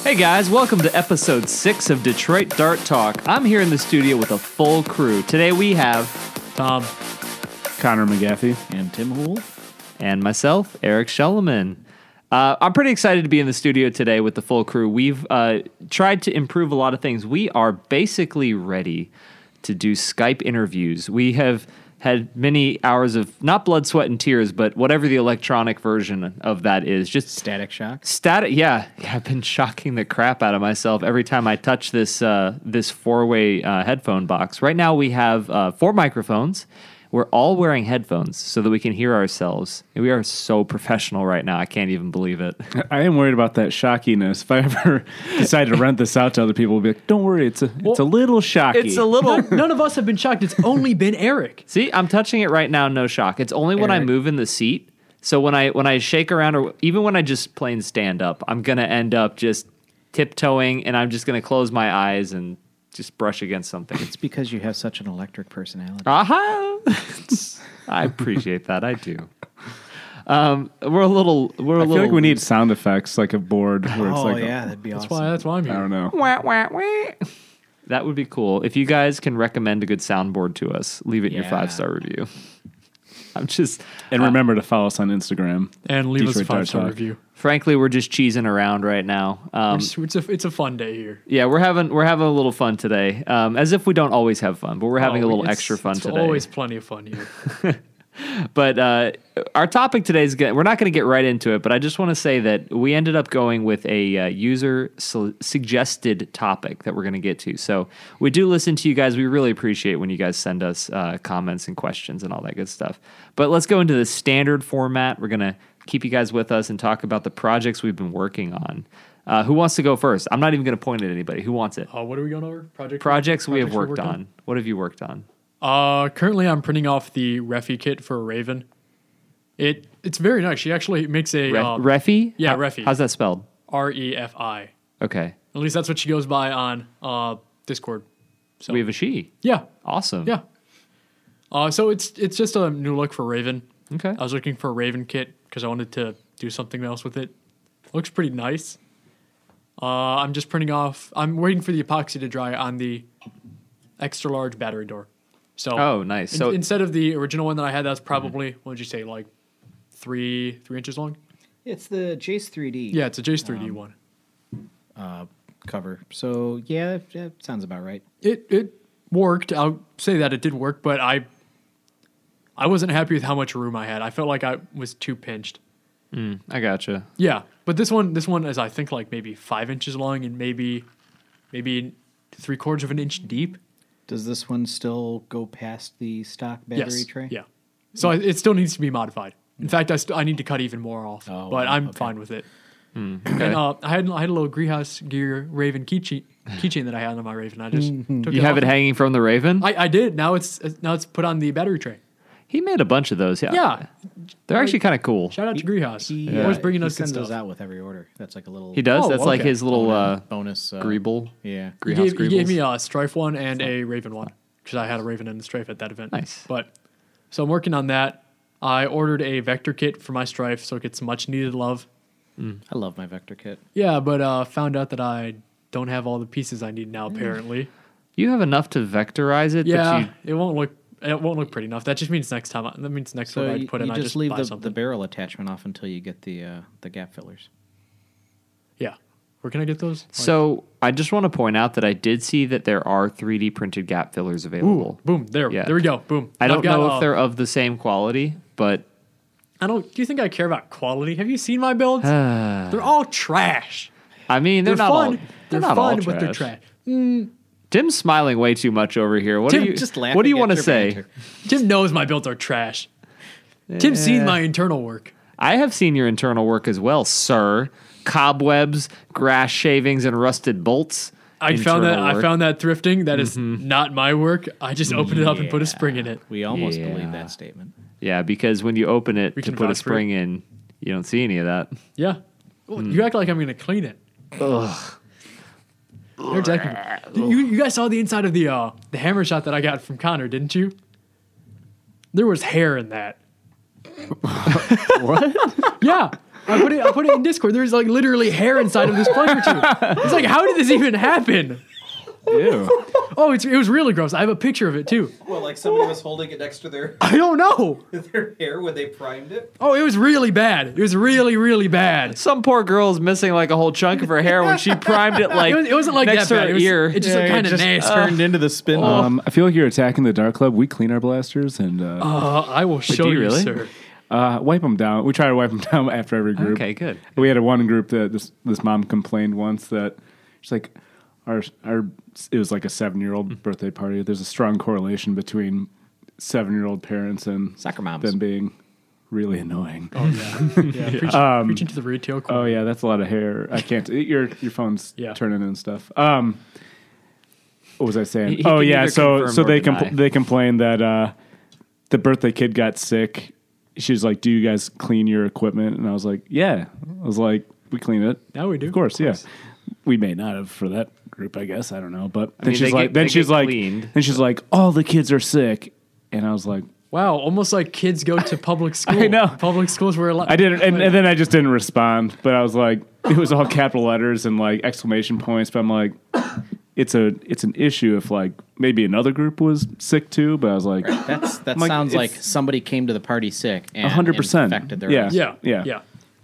Hey guys, welcome to episode six of Detroit Dart Talk. I'm here in the studio with a full crew. Today we have Tom. Connor McGaffey. And Tim Hool. and myself, Eric Shelleman. Uh, I'm pretty excited to be in the studio today with the full crew. We've uh, tried to improve a lot of things. We are basically ready to do Skype interviews. We have had many hours of not blood, sweat, and tears, but whatever the electronic version of that is, just Static Shock. Static, yeah, yeah, I've been shocking the crap out of myself every time I touch this uh, this four way uh, headphone box. Right now we have uh, four microphones. We're all wearing headphones so that we can hear ourselves. We are so professional right now. I can't even believe it. I am worried about that shockiness. If I ever decide to rent this out to other people, we'll be like, don't worry, it's a, it's a little shocky. It's a little. None of us have been shocked. It's only been Eric. See, I'm touching it right now. No shock. It's only when I Eric. move in the seat. So when I when I shake around or even when I just plain stand up, I'm gonna end up just tiptoeing and I'm just gonna close my eyes and just brush against something. It's because you have such an electric personality. Aha! Uh-huh. I appreciate that. I do. Um, we're a little. We're a I little. feel like we need sound effects, like a board where it's oh like, yeah, that'd be That's awesome. why. That's why I'm I here. don't know. Wah, wah, wah. That would be cool. If you guys can recommend a good soundboard to us, leave it in your Yeah. five star review. I'm just. And remember to follow us on Instagram. And leave us a Detroit Dart five star Talk. review. Frankly, we're just cheesing around right now. Um, It's, it's a it's a fun day here. yeah, we're having we're having a little fun today. Um, as if we don't always have fun, but we're having Oh, a little it's- extra fun it's today. Always plenty of fun here. But uh, our topic today is gonna, we're not going to get right into it, but I just want to say that we ended up going with a uh, user su- suggested topic that we're going to get to. So we do listen to you guys. We really appreciate when you guys send us uh, comments and questions and all that good stuff. But let's go into the standard format. We're going to keep you guys with us and talk about the projects we've been working on. Uh, who wants to go first? I'm not even going to point at anybody. Who wants it? Uh, what are we going over? Project Projects we have we're worked working on. What have you worked on? Uh, currently, I'm printing off the Refi kit for Raven. It it's very nice. She actually makes a Ref- um, Refi? yeah, How- Refi. How's that spelled? R E F I. Okay. At least that's what she goes by on uh, Discord. So We have a she. yeah, Awesome. yeah. Uh, so it's it's just a new look for Raven. Okay. I was looking for a Raven kit because I wanted to do something else with it. Looks pretty nice. Uh, I'm just printing off. I'm waiting for the epoxy to dry on the extra large battery door. So Oh, nice. in- So- Mm-hmm. instead of the original one that I had, that's probably what would you say, like three three inches long? It's the Jace 3D Yeah, it's a Jace Um, 3D one. cover. So yeah, that- that sounds about right. It it worked. I'll say that it did work, but I I wasn't happy with how much room I had. I felt like I was too pinched. I gotcha. Yeah, but this one, this one is I think like maybe five inches long and maybe, maybe three quarters of an inch deep. Does this one still go past the stock battery yes. tray? Yeah. So I, it still needs to be modified. In fact, I, st- I need to cut even more off, Mm. Oh, but wow, I'm okay. fine with it. Okay. And uh, I had I had a little Greenhouse Gear Raven keychain keychain that I had on my Raven. I just took you it have off. it hanging from the Raven. I, I did. Now it's uh, now it's put on the battery tray. he made a bunch of those. Yeah. Yeah. They're actually kind of cool. Shout out to Greenhouse. He, Always uh, bringing he us good sends stuff. those out with every order. That's like a little. He does. Oh, That's like okay. his little uh, bonus. Uh, greeble. Yeah. He Greenhouse gave, he gave Greebles. me a strife one and a raven one because I had a raven and a strife at that event. Nice. But so I'm working on that. I ordered a vector kit for my strife so it gets much needed love. I love my vector kit. Yeah, but uh, found out that I don't have all the pieces I need now. Apparently, You have enough to vectorize it. yeah, Mm. But it won't look it won't look pretty enough. That just means next time. I, that means next So time you, I put in, you just, I just leave buy the, the something. barrel attachment off until you get the uh, the gap fillers. yeah, where can I get those? Like- you, so I just want to point out that I did see that there are 3D printed gap fillers available. boom, there, Yeah. there we go, boom. I I've don't got, know uh, if they're of the same quality, but I don't. Do you think I care about quality? Have you seen my builds? they're all trash. uh, I mean they're, They're, not fun. all. they're not all fun, trash. but they're trash. Tim's smiling way too much over here. What Tim, do you? Just laugh. what do you want to say? Tim knows my builds are trash. Tim seen my internal work. I have seen your internal work as well, sir. Cobwebs, grass shavings, and rusted bolts. I found that Internal I work. found that thrifting. That is not my work. I just opened it up and put a spring in it. We almost Yeah. believe that statement. Yeah, because when you open it We to can put a vouch for it. spring in, you don't see any of that. Yeah. Well, You Hmm. act like I'm gonna clean it. Ugh. You, you guys saw the inside of the uh, the hammer shot that I got from Connor, didn't you? There was hair in that. what? Yeah. I put it. I put it in Discord. There's like literally hair inside of this plunger tube. It's like, how did this even happen? Ew. Oh, it's, it was really gross. I have a picture of it too. Well, like somebody was holding it next to their I don't know. their hair when they primed it. Oh, it was really bad. It was really, really bad. Some poor girl is missing like a whole chunk of her hair when she primed it like It, was, it wasn't like next that to bad. her It, was, ear. it just Yeah, looked it kind of just nasty. Turned into the spin. Um, I feel like you're attacking the dark club. We clean our blasters and uh, Uh, I will show do you you, really? sir. uh, wipe them down. We try to wipe them down after every group. okay, good. We had a one group that this this mom complained once that she's like our our it was like a seven year Mm. old birthday party. There's a strong correlation between seven year old parents and Soccer moms. them being really annoying. Oh. Oh yeah, yeah. Preaching, Um, preaching to the retail. choir. yeah, that's a lot of hair. I can't. Your your phone's Yeah. turning and stuff. Um, what was I saying? He- he oh can yeah, neither so confirm so or they deny. compl- they complained that uh, the birthday kid got sick. She's like, "Do you guys clean your equipment?" And I was like, "Yeah." I was like, "We clean it." Now we do. Of course, yeah. We may not have for that group, I guess. I don't know. But then mean, they she's like, get- then they she's get like, cleaned. then she's like, all the kids are sick, and I was like, Wow, almost like kids go to public school. know. Public schools were allowed. I didn't, and, and then I just didn't respond. But I was like, it was all capital letters and like exclamation points. But I'm like, it's a, it's an issue if like maybe another group was sick too. But I was like, That's that Mike, sounds like it's- somebody came to the party sick and 100%. infected their Yeah. rest. Yeah, Yeah. yeah.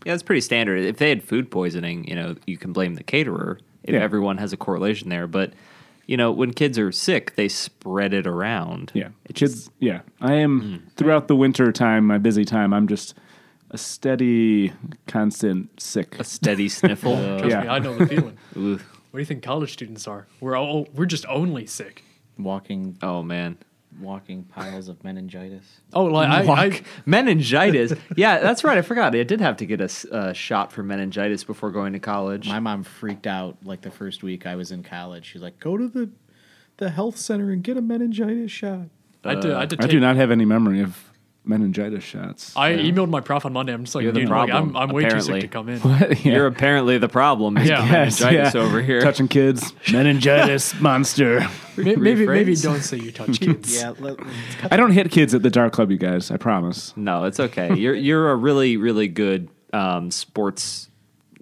Yeah, it's pretty standard. If they had food poisoning, you know, you can blame the caterer if Yeah. everyone has a correlation there. But you know, when kids are sick, they spread it around. yeah, kids, yeah. I am Hmm. throughout the winter time, my busy time. I'm just a steady, constant sick. A steady sniffle. Trust Yeah. me, I know the feeling. what Ooh. do you think college students are? We're all we're just only sick. Walking Oh man. walking piles of meningitis. Oh, like I, I Fuck. meningitis. yeah, that's right. I forgot. I did have to get a s- a shot for meningitis before going to college. My mom freaked out like the first week I was in college. She's like, "Go to the the health center and get a meningitis shot." I had to, I, had to Uh, I take- do not have any memory of meningitis shots. I emailed my prof on Monday. I'm just like, You're the dude, like, problem, I'm, I'm way too sick to apparently. come in. What? Yeah. You're apparently the problem. is Yeah. Yes, meningitis yeah. over here. touching kids. meningitis monster. May- maybe maybe rephrase? don't say you touch kids. Yeah, let, I don't hit kids at the dark club, you guys. I promise. No, it's okay. You're you're a really really good um, sports.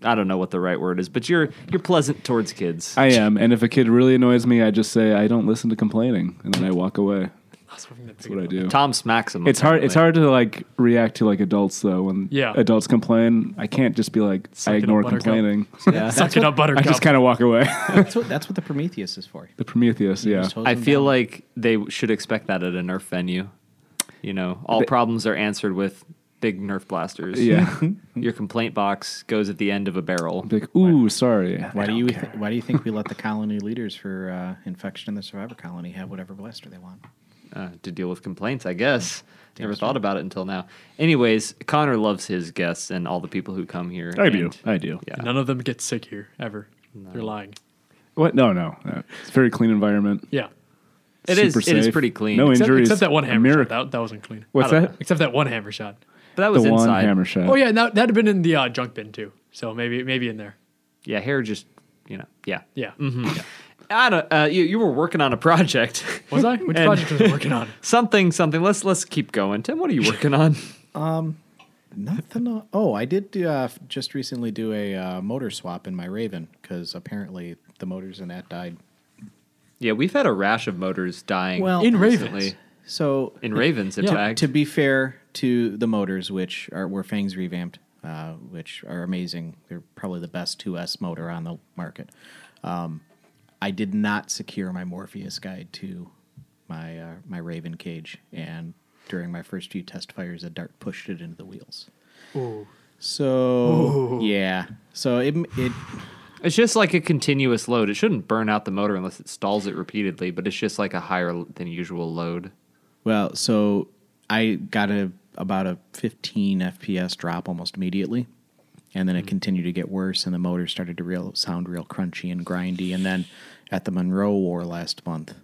I don't know what the right word is, but you're you're pleasant towards kids. I am, and if a kid really annoys me, I just say I don't listen to complaining, and then I walk away. That's what I'm gonna That's pick what I up. do. Tom smacks him. It's hard. It's apparently. hard to like react to like adults though. When Yeah. adults complain, I can't just be like Suck I it up, ignore buttercup. complaining. Suck it up, I Buttercup. just kind of walk away. that's what that's what the Prometheus is for. the Prometheus, yeah. Just hose I them feel down. like they should expect that at a Nerf venue. You know, all problems are answered with big Nerf blasters. Yeah. Your complaint box goes at the end of a barrel. like, ooh, sorry. Why do you th- why do you think we let the colony leaders for uh, infection in the survivor colony have whatever blaster they want? uh, to deal with complaints, I guess. Never thought about it until now. Anyways, Connor loves his guests and all the people who come here. I do. and- I do. Yeah. None of them get sick here ever. They're lying. What? No, no. no. It's a very clean environment. Yeah. It is. Super It is safe. pretty clean. No Except, injuries. except that one A hammer shot. miracle. That, that wasn't clean. What's I don't that? Except that one hammer shot. but that was The one inside. hammer shot. Oh yeah, and that that'd have been in the uh, junk bin too. So maybe maybe in there. Yeah, hair just you know. Yeah. Yeah. I don't. Uh, you you were working on a project. Was I? Which And- project was I working on? something something. Let's let's keep going. Tim, what are you working on? Nothing. uh, oh, I did uh, f- just recently do a uh, motor swap in my Raven because apparently the motors in that died. yeah, we've had a rash of motors dying. Well- In recently. Ravens. So In Ravens, in Yeah, fact. to be fair to the motors, which are were Fangs revamped, uh, which are amazing. They're probably the best 2S motor on the market. Um, I did not secure my Morpheus guide to my uh, my Raven cage, and during my first few test fires, a dart pushed it into the wheels. So yeah, so it it It's just like a continuous load. It shouldn't burn out the motor unless it stalls it repeatedly, but it's just like a higher l- than usual load. Well, so I got a about a 15 FPS drop almost immediately, and Hmm. then it continued to get worse, and the motor started to real sound real crunchy and grindy, and then at the Monroe War last month,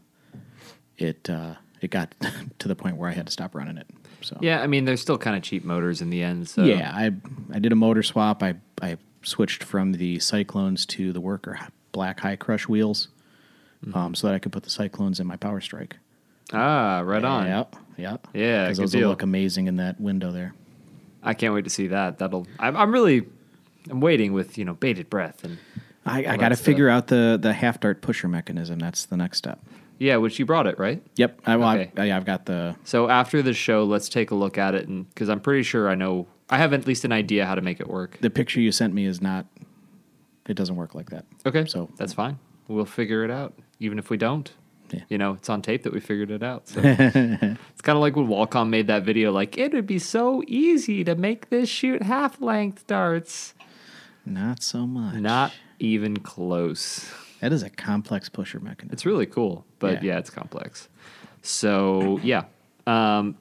it uh, it got to the point where I had to stop running it. So Yeah, I mean they're still kind of cheap motors in the end. So yeah, I I did a motor swap. I I switched from the Cyclones to the Worker h- Black High Crush wheels, Hmm. um, so that I could put the Cyclones in my Power Strike. Ah, right on. Yep. Yep. Yeah, Because good those deal. will look amazing in that window there. I can't wait to see that. That'll. I'm, I'm really. I'm waiting with you know bated breath and I, Well, I got to that's uh, the- figure out the the half dart pusher mechanism. That's the next step. yeah, which you brought it right. Yep. I, well, Okay. I, yeah, I've got the. So after the show, let's take a look at it, and because I'm pretty sure I know, I have at least an idea how to make it work. The picture you sent me is not. It doesn't work like that. Okay, So- so that's fine. We'll figure it out, even if we don't. Yeah. You know, it's on tape that we figured it out. So. it's kind of like when Walcom made that video, like it would be so easy to make this shoot half-length darts. Not so much. Not even close. That is a complex pusher mechanism. It's really cool, but Yeah. yeah, it's complex. So yeah, um,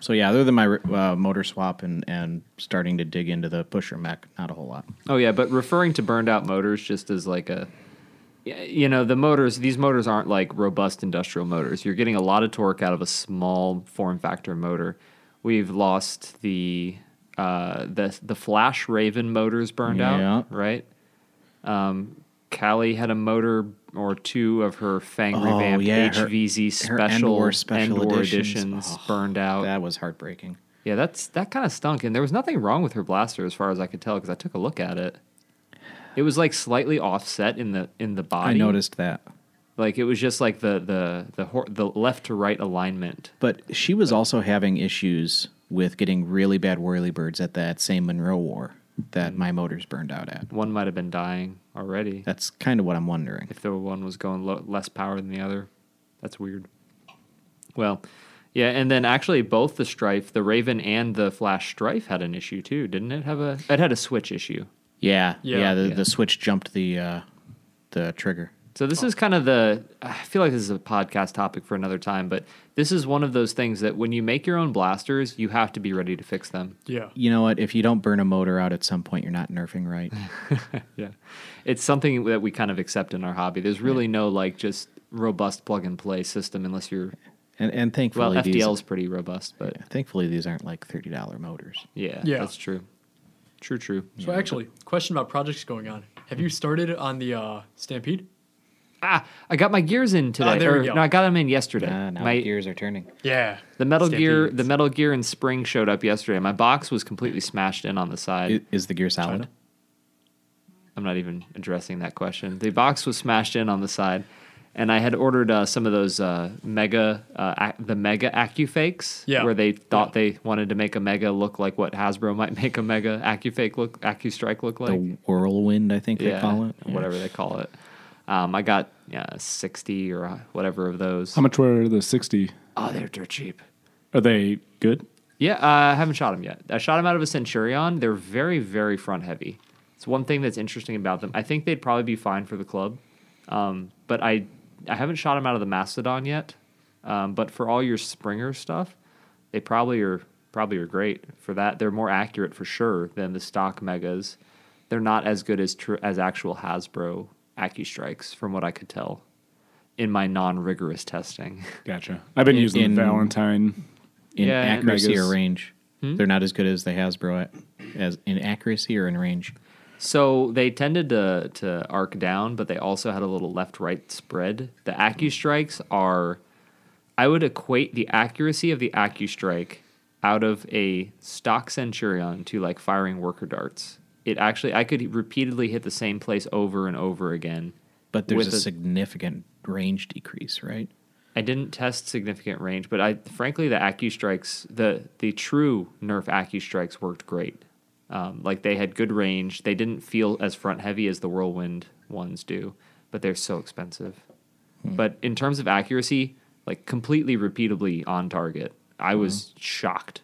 so yeah, other than my uh, motor swap and and starting to dig into the pusher mech, not a whole lot. Oh yeah, but referring to burned out motors just as like a y- you know, the motors these motors aren't like robust industrial motors. You're getting a lot of torque out of a small form factor motor. We've lost the uh the the Flash Raven motors burned Yeah. out, right? Um Callie had a motor or two of her Fang Oh, revamped yeah, her- HVZ her special, Endor special Endor editions. editions Oh, burned out. That was heartbreaking. Yeah, that's that kind of stunk, and there was nothing wrong with her blaster as far as I could tell because I took a look at it. It was like slightly offset in the in the body. I noticed that. like it was just like the the the hor- the left to right alignment. But she was also having issues with getting really bad whirly birds at that same Monroe War Mm. that my motors burned out at. One might have been dying already That's kind of what I'm wondering. if the one was going lo- less power than the other. That's weird. Well, yeah, and then actually both the Strife, the Raven and the Flash Strife had an issue too, didn't it? Have a it had a switch issue. Yeah, yeah. Yeah. the, Yeah. the switch jumped the uh, the trigger. So this is kind of the I feel like this is a podcast topic for another time, but this is one of those things that when you make your own blasters, you have to be ready to fix them. Yeah. You know what? If you don't burn a motor out at some point, you're not nerfing right. Yeah. It's something that we kind of accept in our hobby. There's really no like just robust plug and play system unless you're And well, and thankfully FDL is these pretty robust, but thankfully these aren't like thirty dollar motors. yeah, Yeah. that's true. True, true. So actually, question about projects going on. Have you started on the uh, Stampede? Ah, I got my gears in today. there we or, go. No, I got them in yesterday. Ah, now my the gears are turning. Yeah. the Metal Gear, Stampede. the Metal Gear and Spring showed up yesterday. My box was completely smashed in on the side. Is, is the gear solid? China. I'm not even addressing that question. The box was smashed in on the side, and I had ordered uh, some of those uh, mega, uh, ac- the mega Acufakes, Yeah. where they thought they wanted to make a mega look like what Hasbro might make a mega Acufake look, AcuStrike look like, The whirlwind, I think they call it. Yeah. whatever they call it. Um, I got yeah, sixty or uh, whatever of those. How much were the 60? Oh, they're dirt cheap. Are they good? Yeah, uh, I haven't shot them yet. I shot them out of a Centurion. They're very, very front heavy. It's one thing that's interesting about them. I think they'd probably be fine for the club, um, but I I haven't shot them out of the Mastodon yet. Um, but for all your Springer stuff, they probably are probably are great for that. They're more accurate for sure than the stock megas. They're not as good as tr- as actual Hasbro AccuStrikes, from what I could tell, in my non rigorous testing. Gotcha. I've been In- using in- Valentine. in Yeah, and- accuracy or Megas. range. They're not as good as the Hasbro at, as in accuracy or in range. So they tended to to arc down, but they also had a little left right spread. The AccuStrikes are, I would equate the accuracy of the AccuStrike out of a stock Centurion to like firing worker darts. It actually, I could repeatedly hit the same place over and over again. But there's with a, significant range decrease, right? I didn't test significant range, but I frankly the AccuStrikes, the the true Nerf AccuStrikes worked great. Um, like they had good range. They didn't feel as front heavy as the Whirlwind ones do, but they're so expensive. But in terms of accuracy, like completely repeatably on target, I was shocked.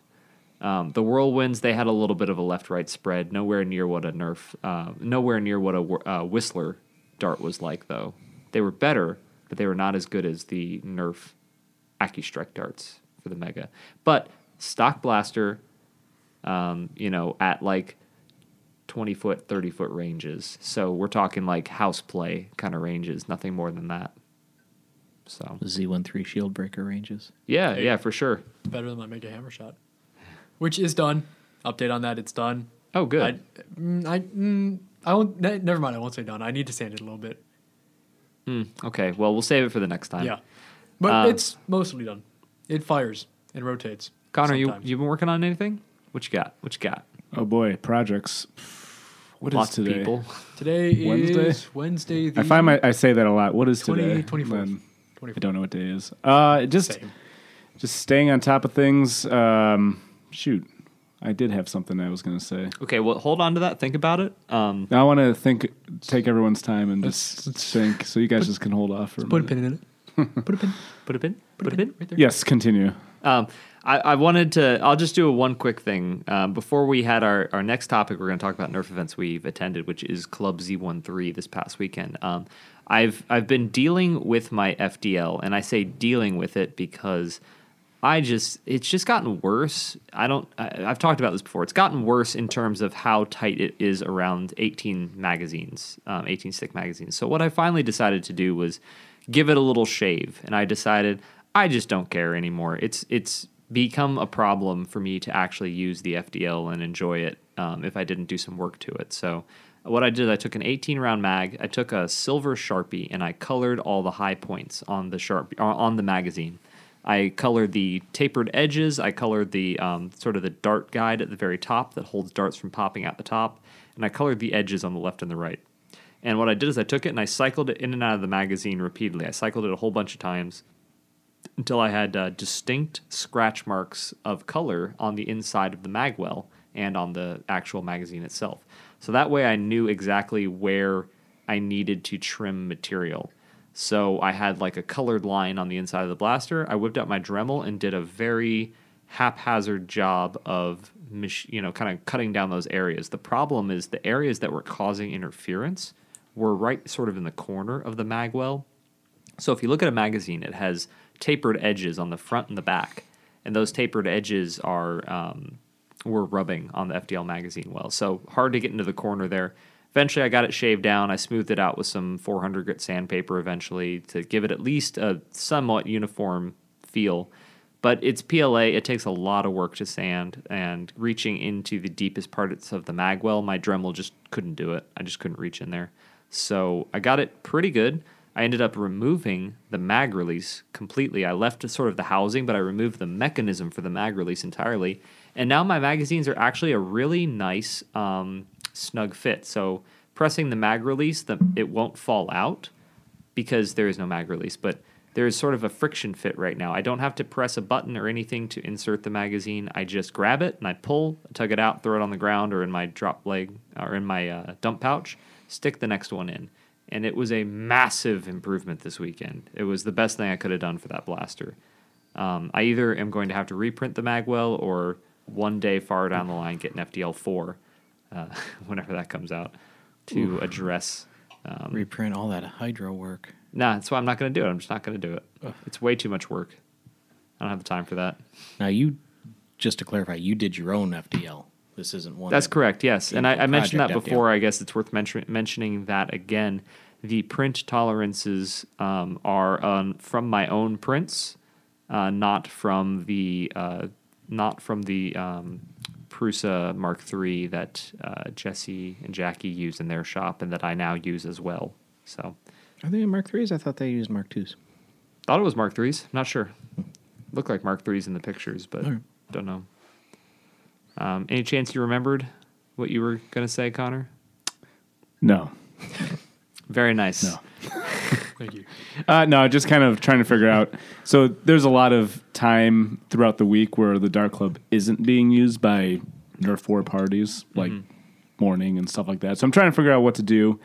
Um, the Whirlwinds they had a little bit of a left right spread, nowhere near what a Nerf, uh, nowhere near what a Wh- uh, Whistler dart was like though. They were better, but they were not as good as the Nerf AccuStrike darts for the Mega. But Stock Blaster, um, you know, at like 20 foot, 30 foot ranges. So we're talking like house play kind of ranges, nothing more than that. So, Z13 shield breaker ranges. yeah, yeah, for sure. Better than my Mega Hammer Shot, which is done. Update on that. It's done. Oh, good. I, mm, I, mm, I won't. Ne- never mind. I won't say done. I need to sand it a little bit. okay, well, we'll save it for the next time. Yeah, but Uh, it's mostly done. It fires and rotates. Connor, you, sometimes. you been working on anything? What you got? What you got? Oh boy, projects. What is Lots of today? people. Today Wednesday? is Wednesday. The I find my I say that a lot. What is 20 today? 24th. When- 24th. I don't know what day it is. Uh, just Same. just staying on top of things. Um, shoot, I did have something I was going to say. Okay, well, hold on to that. Think about it. Um, Now I want to think, take everyone's time and Let's- just let's- think, so you guys just can hold off for a Put a minute. pin in it. Put a pin. put it in. Put it in. right there. Yes, continue. Um, I, I wanted to. I'll just do a one quick thing um, before we had our, our next topic. We're going to talk about Nerf events we've attended, which is Club Z13 this past weekend. Um, I've I've been dealing with my FDL, and I say dealing with it because I just it's just gotten worse. I don't. I, I've talked about this before. It's gotten worse in terms of how tight it is around 18 magazines, um, 18 stick magazines. So what I finally decided to do was give it a little shave, and I decided I just don't care anymore. It's it's become a problem for me to actually use the FDL and enjoy it um, if I didn't do some work to it. So what I did, I took an 18 round mag, I took a silver sharpie, and I colored all the high points on the sharp on on the magazine. I colored the tapered edges. I colored the um, sort of the dart guide at the very top that holds darts from popping out the top, and I colored the edges on the left and the right. And what I did is I took it and I cycled it in and out of the magazine repeatedly. I cycled it a whole bunch of times until I had uh, distinct scratch marks of color on the inside of the magwell and on the actual magazine itself. So that way I knew exactly where I needed to trim material. So I had like a colored line on the inside of the blaster. I whipped out my Dremel and did a very haphazard job of mach- you know kind of cutting down those areas. The problem is the areas that were causing interference were right sort of in the corner of the magwell so if you look at a magazine, it has tapered edges on the front and the back, and those tapered edges are um, were rubbing on the FDL magazine well. So hard to get into the corner there. Eventually, I got it shaved down. I smoothed it out with some 400 grit sandpaper eventually to give it at least a somewhat uniform feel. But it's PLA. It takes a lot of work to sand, and reaching into the deepest parts of the magwell, my Dremel just couldn't do it. I just couldn't reach in there. So I got it pretty good. I ended up removing the mag release completely. I left sort of the housing, but I removed the mechanism for the mag release entirely. And now my magazines are actually a really nice um, snug fit. So pressing the mag release, the, it won't fall out because there is no mag release, but there is sort of a friction fit right now. I don't have to press a button or anything to insert the magazine. I just grab it and I pull, tug it out, throw it on the ground or in my drop leg or in my uh, dump pouch, stick the next one in. And it was a massive improvement this weekend. It was the best thing I could have done for that blaster. Um, I either am going to have to reprint the magwell or one day far down the line get an FDL four, uh, whenever that comes out, to address Reprint all that hydro work. Nah, that's why I'm not going to do it. I'm just not going to do it. It's way too much work. I don't have the time for that. Now you, just to clarify, you did your own FDL. This isn't one. That's that- correct. Yes, and I, I mentioned that Project FDL. before. I guess it's worth mention- mentioning that again. The print tolerances um, are um, from my own prints, uh, not from the uh, not from the um, Prusa Mark III that uh, Jesse and Jackie use in their shop, and that I now use as well. So, Are they Mark threes? I thought they used Mark twos. thought it was Mark threes. Not sure. Look like Mark threes in the pictures, but don't know. Um, any chance you remembered what you were gonna say, Connor? No, Very nice. Thank you. Uh, no, just kind of trying to figure out. So there's a lot of time throughout the week where the dark club isn't being used by Nerf War parties, like morning and stuff like that. So I'm trying to figure out what to do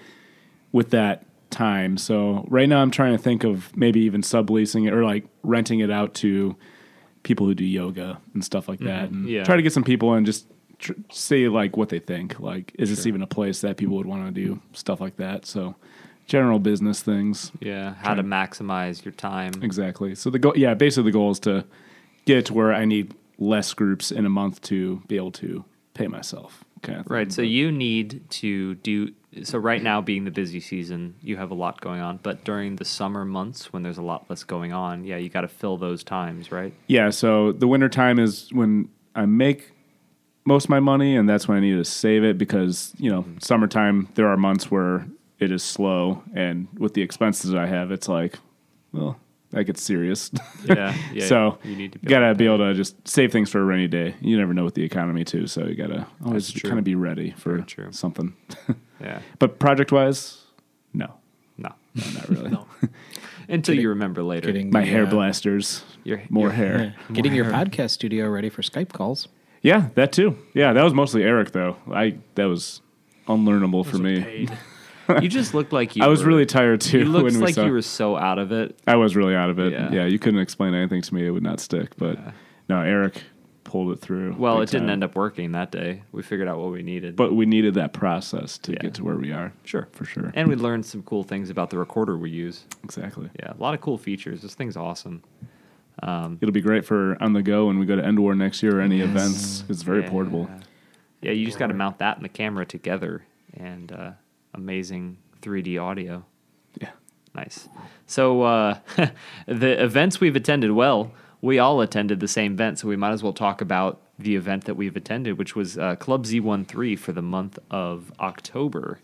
with that time. So right now I'm trying to think of maybe even subleasing it or like renting it out to people who do yoga and stuff like that, and Yeah. try to get some people and just tr- say like what they think. Like, is this even a place that people would want to do stuff like that? So general business things. Yeah, how to maximize your time. Exactly. So the goal, yeah, basically the goal is to get it to where I need less groups in a month to be able to pay myself. Kind of thing. Right. So you need to do so right now being the busy season, you have a lot going on, but during the summer months when there's a lot less going on, yeah, you got to fill those times, right? Yeah. So the winter time is when I make most of my money, and that's when I need to save it because you know Mm-hmm. summertime there are months where it is slow, and with the expenses I have, it's like, well, like it's serious. Yeah, yeah, so you need to be gotta be able to just save things for a rainy day. You never know with the economy too, so you gotta always true. kind of be ready for Very true. something. Yeah. but project wise, no, No. not really. No. Until you remember later. Getting My the, hair uh, blasters, Your- more your- hair. yeah, Getting your podcast studio ready for Skype calls. Yeah, that too. Yeah, that was mostly Eric though. I that was unlearnable for Those are me. paid. You just looked like you. I was were- really tired too You looked when we like saw. you were so out of it. I was really out of it. Yeah. Yeah. you couldn't explain anything to me; it would not stick. But no, Eric pulled it through. Well, big it didn't time. end up working that day. We figured out what we needed. But we needed that process to Yeah. get to where we are. Sure. for sure. and we learned some cool things about the recorder we use. exactly. Yeah, a lot of cool features. This thing's awesome. It'll be great for on the go when we go to End War next year or any events. It's very Yeah. portable. Yeah, you just got to mount that and the camera together, and uh, amazing 3D audio. Yeah. Nice. So uh, the events we've attended, well, we all attended the same event, so we might as well talk about the event that we've attended, which was uh, Club Z13 for the month of October.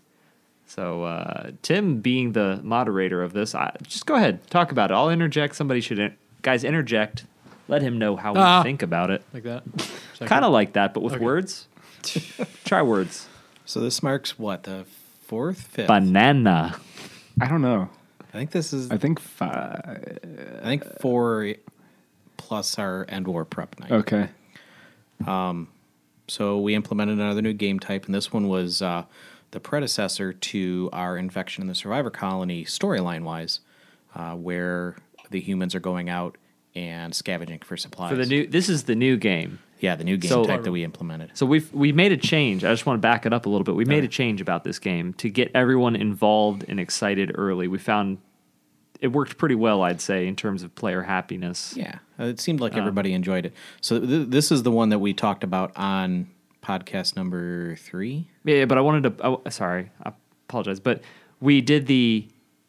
So uh, Tim, being the moderator of this, I, just go ahead talk about it. I'll interject. Somebody should in- guys interject. Let him know how Ah. we think about it. like that. Kind of like that, but with Okay. words. Try words. So this marks what the fourth, fifth. Banana. I don't know. I think this is. I think five. I think four plus our end war prep night. Okay. So we implemented another new game type, and this one was uh, the predecessor to our Infection in the Survivor Colony storyline wise, uh, where the humans are going out and scavenging for supplies. For the new, this is the new game. yeah, the new game So- type that we implemented. So we've we made a change. I just want to back it up a little bit. We made a change about this game to get everyone involved and excited early. We found it worked pretty well, I'd say, in terms of player happiness. Yeah, uh, it seemed like everybody enjoyed it. So th- this is the one that we talked about on podcast number three. Yeah, but I wanted to. Oh, sorry, I apologize. But we did the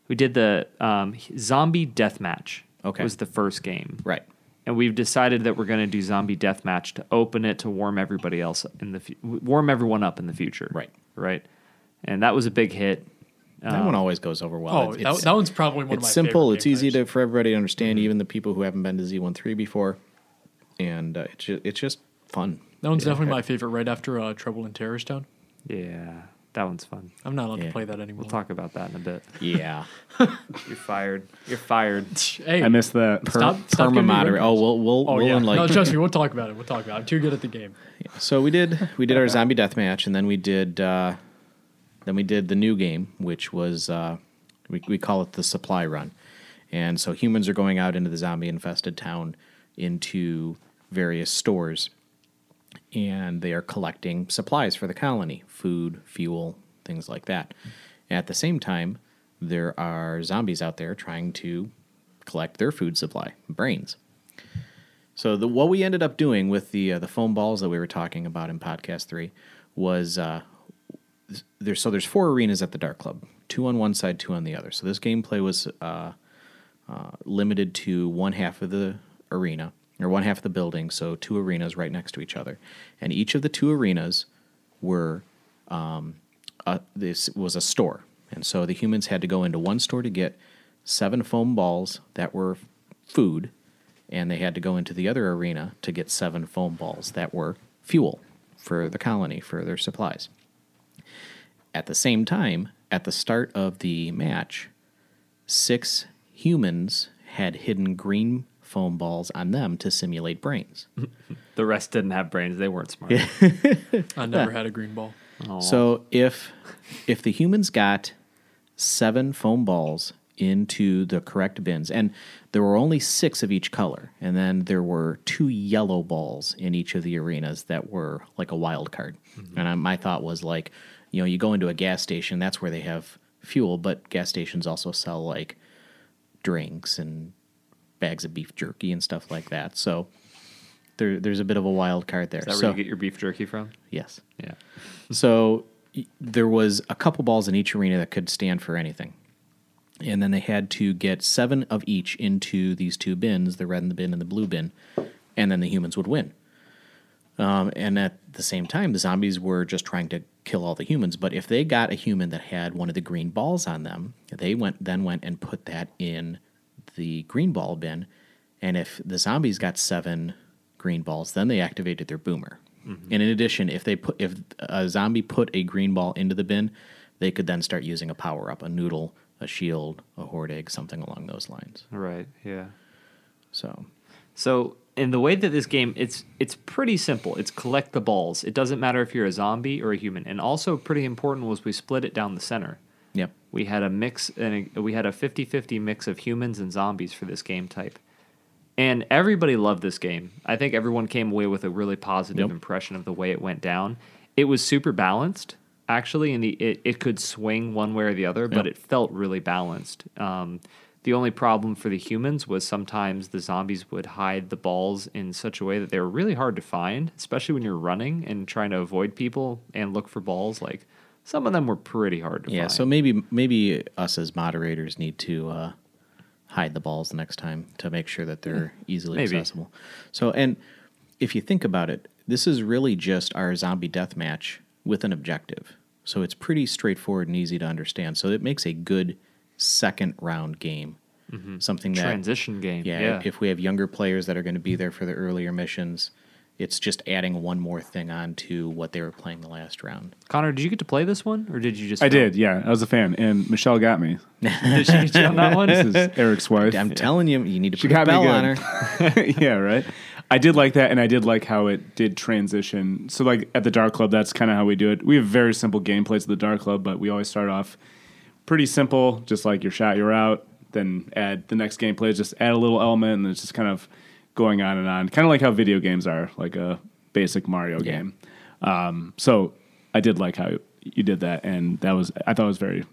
we did the um, zombie death match. Okay. was the first game, Right. And we've decided that we're going to do zombie death match to open it to warm everybody else in the fu- warm everyone up in the future. Right. right. And that was a big hit. that Uh. one always goes over well. Oh, It's- that, it's- that one's probably one of my it's simple. favorite Mm-hmm. It's game easy types. to for everybody to understand, even the people who haven't been to Z13 before, and uh, it's just, it's just fun. That one's definitely my favorite. Right after uh, Trouble in Terrorist Town. Yeah, that one's fun. I'm not allowed Yeah. to play that anymore. We'll talk about that in a bit. Yeah, You're fired. You're fired. Hey, I missed that. stop, stop giving perma me moderator. Oh, ribbons. we'll we'll, Oh, we'll yeah. enlighten. no, trust me. We'll talk about it. We'll talk about it. I'm too good at the game. so we did we did our zombie death match, and then we did uh, then we did the new game, which was uh, we we call it the supply run, and so humans are going out into the zombie infested town into various stores, and they are collecting supplies for the colony, food, fuel, things like that. At the same time, there are zombies out there trying to collect their food supply, brains. So the what we ended up doing with the uh, the foam balls that we were talking about in podcast three was uh, there's so there's four arenas at the dark club, two on one side, two on the other. So this gameplay was uh, uh, limited to one half of the arena or one half of the building. So two arenas right next to each other, and each of the two arenas were uh, this was a store, and so the humans had to go into one store to get seven foam balls that were food, and they had to go into the other arena to get seven foam balls that were fuel for the colony for their supplies. At the same time, at the start of the match, six humans had hidden green foam balls on them to simulate brains. The rest didn't have brains. They weren't smart. I never had a green ball. Oh, So if if the humans got seven foam balls into the correct bins, and there were only six of each color, and then there were two yellow balls in each of the arenas that were like a wild card. Mm-hmm. And I, my thought was like, you know, you go into a gas station, that's where they have fuel, but gas stations also sell like drinks and bags of beef jerky and stuff like that. So there, there's a bit of a wild card there. Is that so where you get your beef jerky from? yes. Yeah. So y- there was a couple balls in each arena that could stand for anything. And then they had to get seven of each into these two bins, the red in the bin and the blue bin, and then the humans would win. Um, and at the same time, the zombies were just trying to kill all the humans. But if they got a human that had one of the green balls on them, they went then went and put that in the green ball bin, and if the zombies got seven green balls, then they activated their boomer. And in addition, if they put if a zombie put a green ball into the bin, they could then start using a power up, a noodle, a shield, a horde egg, something along those lines. Right. Yeah. So So in the way that this game, it's it's pretty simple. It's collect the balls. It doesn't matter if you're a zombie or a human. And also pretty important was we split it down the center. Yep. We had a mix and a, we had a 50-50 mix of humans and zombies for this game type. And everybody loved this game. I think everyone came away with a really positive Yep. impression of the way it went down. It was super balanced, actually, and the it, it could swing one way or the other, but Yep. it felt really balanced. Um, the only problem for the humans was sometimes the zombies would hide the balls in such a way that they were really hard to find, especially when you're running and trying to avoid people and look for balls. Like some of them were pretty hard to yeah, find. so maybe maybe us as moderators need to uh, hide the balls the next time to make sure that they're easily maybe. accessible. So and if you think about it, this is really just our zombie death match with an objective. So it's pretty straightforward and easy to understand. So it makes a good second round game. Something that transition game. yeah, yeah. If we have younger players that are going to be there for the earlier missions, it's just adding one more thing on to what they were playing the last round. Connor, did you get to play this one, or did you just? I film? did, yeah. I was a fan, and Michelle got me. Did she get you on that one? This is Eric's wife. I'm telling you, you need to She put a got me bell good. on her. yeah, right. I did like that, and I did like how it did transition. So, like at the Dark Club, that's kind of how we do it. We have very simple gameplays at the Dark Club, but we always start off pretty simple, just like your shot, you're out. Then add the next gameplay, is just add a little element, and it's just kind of going on and on, kind of like how video games are, like a basic Mario Yeah. game. Um, so, I did like how you did that, and that was I thought it was very,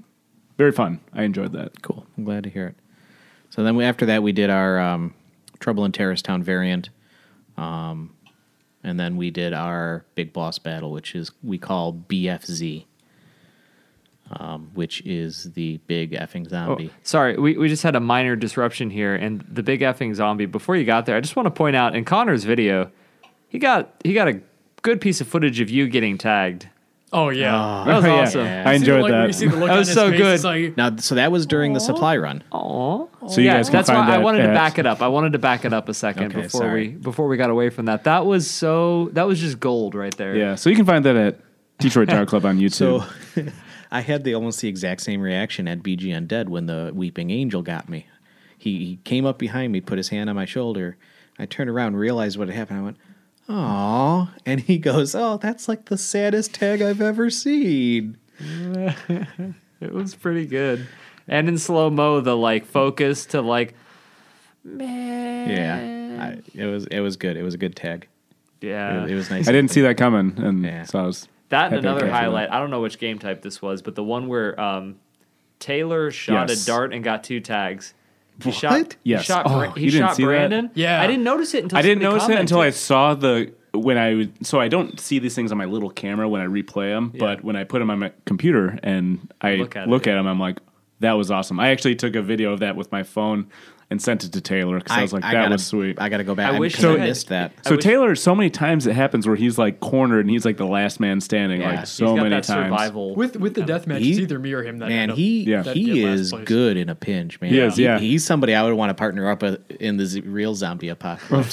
very fun. I enjoyed that. Cool. I'm glad to hear it. So then we, after that, we did our um, Trouble in Terrace Town variant. Um, and then we did our big boss battle, which is we call BFZ, um, which is the big effing Oh, zombie. sorry, we, we just had a minor disruption here, and the big effing zombie. Before you got there, I just want to point out in Connor's video, he got he got a good piece of footage of you getting tagged. Oh yeah. That was Yeah. awesome. Yeah. Ah, I See the enjoyed look- that. you see the look That on was his so face, good. it's like, Now, so that was during the supply run. Aw. So you guys can that's find why I that wanted to at- back it up. I wanted to back it up a second Okay, before sorry. we before we got away from that. That was so that was just gold right there. Yeah, so you can find that at Detroit Dark Club on YouTube. So I had the almost the exact same reaction at BG Undead when the Weeping Angel got me. He, he came up behind me, put his hand on my shoulder. I turned around, realized what had happened. I went, "Aw!" And he goes, "Oh, that's like the saddest tag I've ever seen." It was pretty good. And in slow mo, the like focus to like man. Yeah, I, it was it was good. It was a good tag. It, Yeah. was- it was nice. Uh, I didn't see that coming, and Yeah. so I was That and happy I another captured that. highlight. I don't know which game type this was, but the one where um, Taylor shot Yes. a dart and got two tags. He shot. Yes. He shot, Oh, Bra- he you didn't shot see that? Brandon. Yeah. I didn't notice it until I didn't somebody notice it until I commented. saw the when I would- so I don't see these things on my little camera when I replay them, but when I put them on my computer and I Look look at at, it, yeah. them, I'm like, that was awesome. I actually took a video of that with my phone and sent it to Taylor because I, was like, that gotta, was sweet. I got to go back. I I wish wish you I had- missed that. I so wish- Taylor, so many times it happens where he's like cornered and he's like the last man standing, Yeah, like he's so He's got many that times. survival. with with the death match, it's He- either me or him. That Man, end up- he Yeah. that he did last is place. good in a pinch, man. He is, yeah. he's somebody I would want to partner up with in the z- real zombie apocalypse.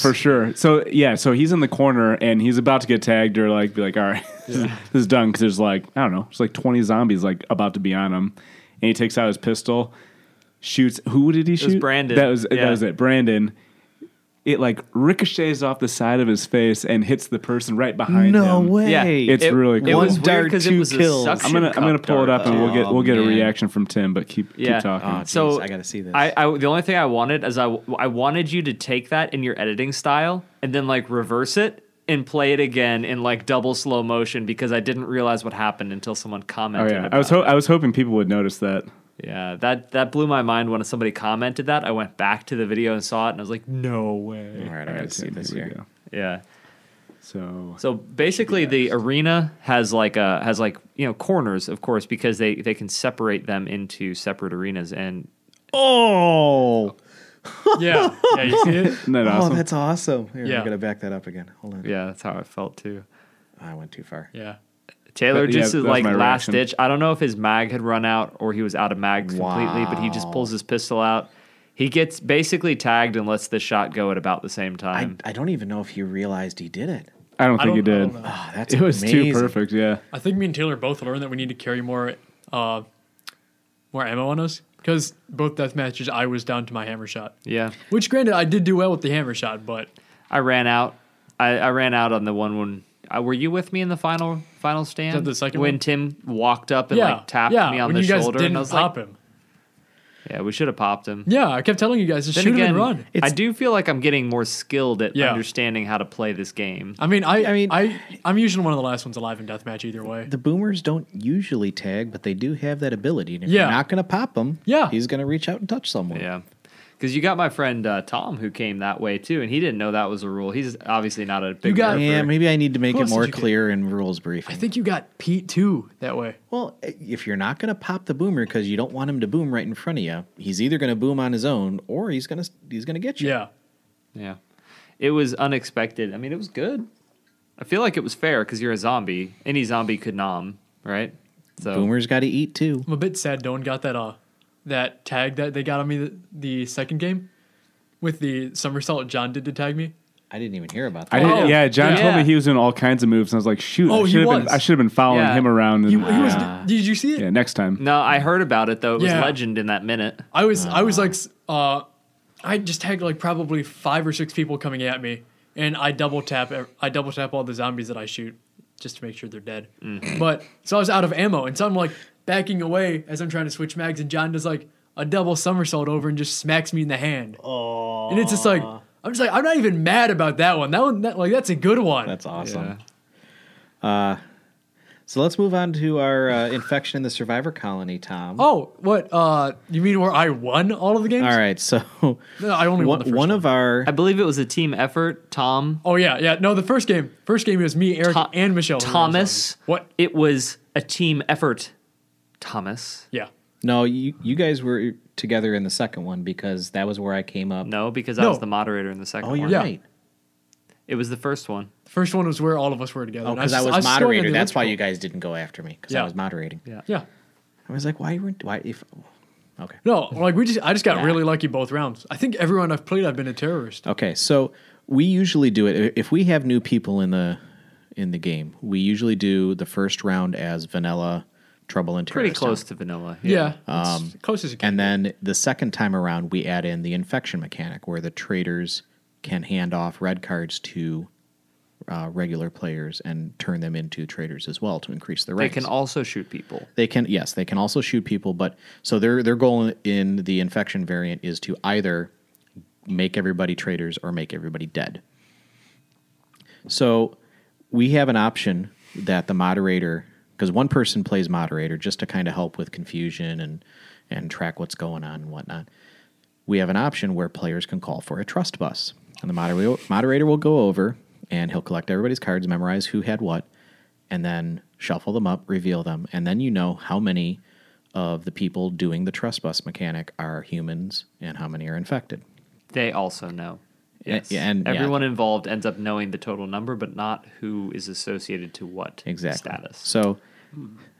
For sure. So yeah, so he's in the corner and he's about to get tagged or like be like, all right, this, is, this is done because there's like I don't know, it's like twenty zombies like about to be on him, and he takes out his pistol, shoots. Who did he shoot? Brandon. That was Yeah. that was it. Brandon. It like ricochets off the side of his face and hits the person right behind No him. way. yeah, It's it, really It cool. was One weird dart, because it two was kills. a suction I'm gonna I'm gonna cup pull it dart, up and though. we'll get we'll get a man. reaction from Tim, but keep Yeah. keep talking. Oh, so Jeez, I gotta see this. I, I the only thing I wanted is I I wanted you to take that in your editing style and then like reverse it and play it again in like double slow motion because I didn't realize what happened until someone oh commented. yeah, I about was ho- I was hoping people would notice that. it. yeah, that that blew my mind when somebody commented that. I went back to the video and saw it and I was like, no way. All right, I All gotta right, see Tim, this here we here. go. Yeah. So So basically, the arena has like a has like you know corners, of course, because they they can separate them into separate arenas and Oh, Yeah, yeah, you see it. isn't that awesome? oh, that's awesome. Here, Yeah. I'm gonna back that up again. Hold on. yeah, that's how it felt too. I went too far. Yeah, Taylor But, yeah, just that is was like my last reaction. ditch. I don't know if his mag had run out or he was out of mags completely, but he just Wow. pulls his pistol out. He gets basically tagged and lets the shot go at about the same I, time. I don't even know if he realized he did it. I don't I think you don't- I did. don't know. Oh, that's It was amazing. too perfect. Yeah. I think me and Taylor both learned that we need to carry more, uh, more ammo on us because both death matches I was down to my hammer shot. yeah. Which, granted, I did do well with the hammer shot, but I ran out. I, I ran out on the one when. Uh, were you with me in the final final stand? that the second when one? Tim walked up and yeah, like tapped yeah, me on when the you guys shoulder, didn't and I was pop like, him. "Yeah, we should have popped him." Yeah, I kept telling you guys to Then shoot him again, and run. I It's- do feel like I'm getting more skilled at Yeah. understanding how to play this game. I mean, I, I I mean- mean, I, I'm usually one of the last ones alive in deathmatch either way. The boomers don't usually tag, but they do have that ability. And if Yeah. you're not going to pop him, Yeah. he's going to reach out and touch someone. Yeah. Because you got my friend uh, Tom who came that way too, and he didn't know that was a rule. He's obviously not a big. You got- nerfer. Yeah, maybe I need to make Who it else did more you get? clear in rules briefing. I think you got Pete too that way. Well, if you're not going to pop the boomer because you don't want him to boom right in front of you, he's either going to boom on his own or he's going to he's going to get you. Yeah, Yeah. It was unexpected. I mean, it was good. I feel like it was fair because you're a zombie. Any zombie could nom, right? So Boomer's got to eat too. I'm a bit sad no one got that uh that tag that they got on me the, the second game with the somersault John did to tag me. I didn't even hear about I that. did. Oh, yeah. John told me yeah. he was doing all kinds of moves, and I was like, shoot, Oh, I he should have been. was. I should have been following Yeah. him around. And, He, he was. yeah. Did you see it? Yeah, next time. no, I heard about it though. It was Yeah. legend in that minute. I was I was like s- uh I just tagged like probably five or six people coming at me and I double tap ev- I double tap all the zombies that I shoot just to make sure they're dead. Mm. But so I was out of ammo and so I'm like backing away as I'm trying to switch mags and John does like a double somersault over and just smacks me in the hand. Oh. And it's just like I'm just like I'm not even mad about that one. That one that, like that's a good one. That's awesome. Uh, So let's move on to our uh, infection in the survivor colony, Tom. Oh, what uh you mean where I won all of the games? All right. So No, I only won one, the first one one. of our I believe it was a team effort. Tom, Oh yeah, yeah. No, the first game. First game it was me, Eric, Tho- and Michelle. who were Thomas. zombies. What? It was a team effort. Thomas. Yeah. No, you you guys were together in the second one because that was where I came up. No, because I No. was the moderator in the second Oh, one. you're Yeah. right. It was the first one. The first one was where all of us were together. Oh, and because I, s- was scored on the moderator. That's why elliptical. you guys didn't go after me because I Yeah. was moderating. Yeah. Yeah. I was like, why weren't why if okay No, like we just I just got Yeah. really lucky both rounds. I think everyone I've played I've been a terrorist. okay. So we usually do it if we have new people in the in the game. We usually do the first round as vanilla trouble and Pretty Terrorist close Town. to vanilla. yeah. it's close as you can. um, And then the second time around, we add in the infection mechanic where the traders can hand off red cards to uh, regular players and turn them into traders as well to increase their They ranks. can also shoot people. They can yes, they can also shoot people, but so their their goal in the infection variant is to either make everybody traitors or make everybody dead. So we have an option that the moderator because one person plays moderator just to kind of help with confusion and and track what's going on and whatnot. We have an option where players can call for a trust bus, and the moderator moderator will go over and he'll collect everybody's cards, memorize who had what, and then shuffle them up, reveal them, and then you know how many of the people doing the trust bus mechanic are humans and how many are infected. They also know. Yeah, Yes. yeah, and- yeah. everyone involved ends up knowing the total number, but not who is associated to what Exactly. status. So,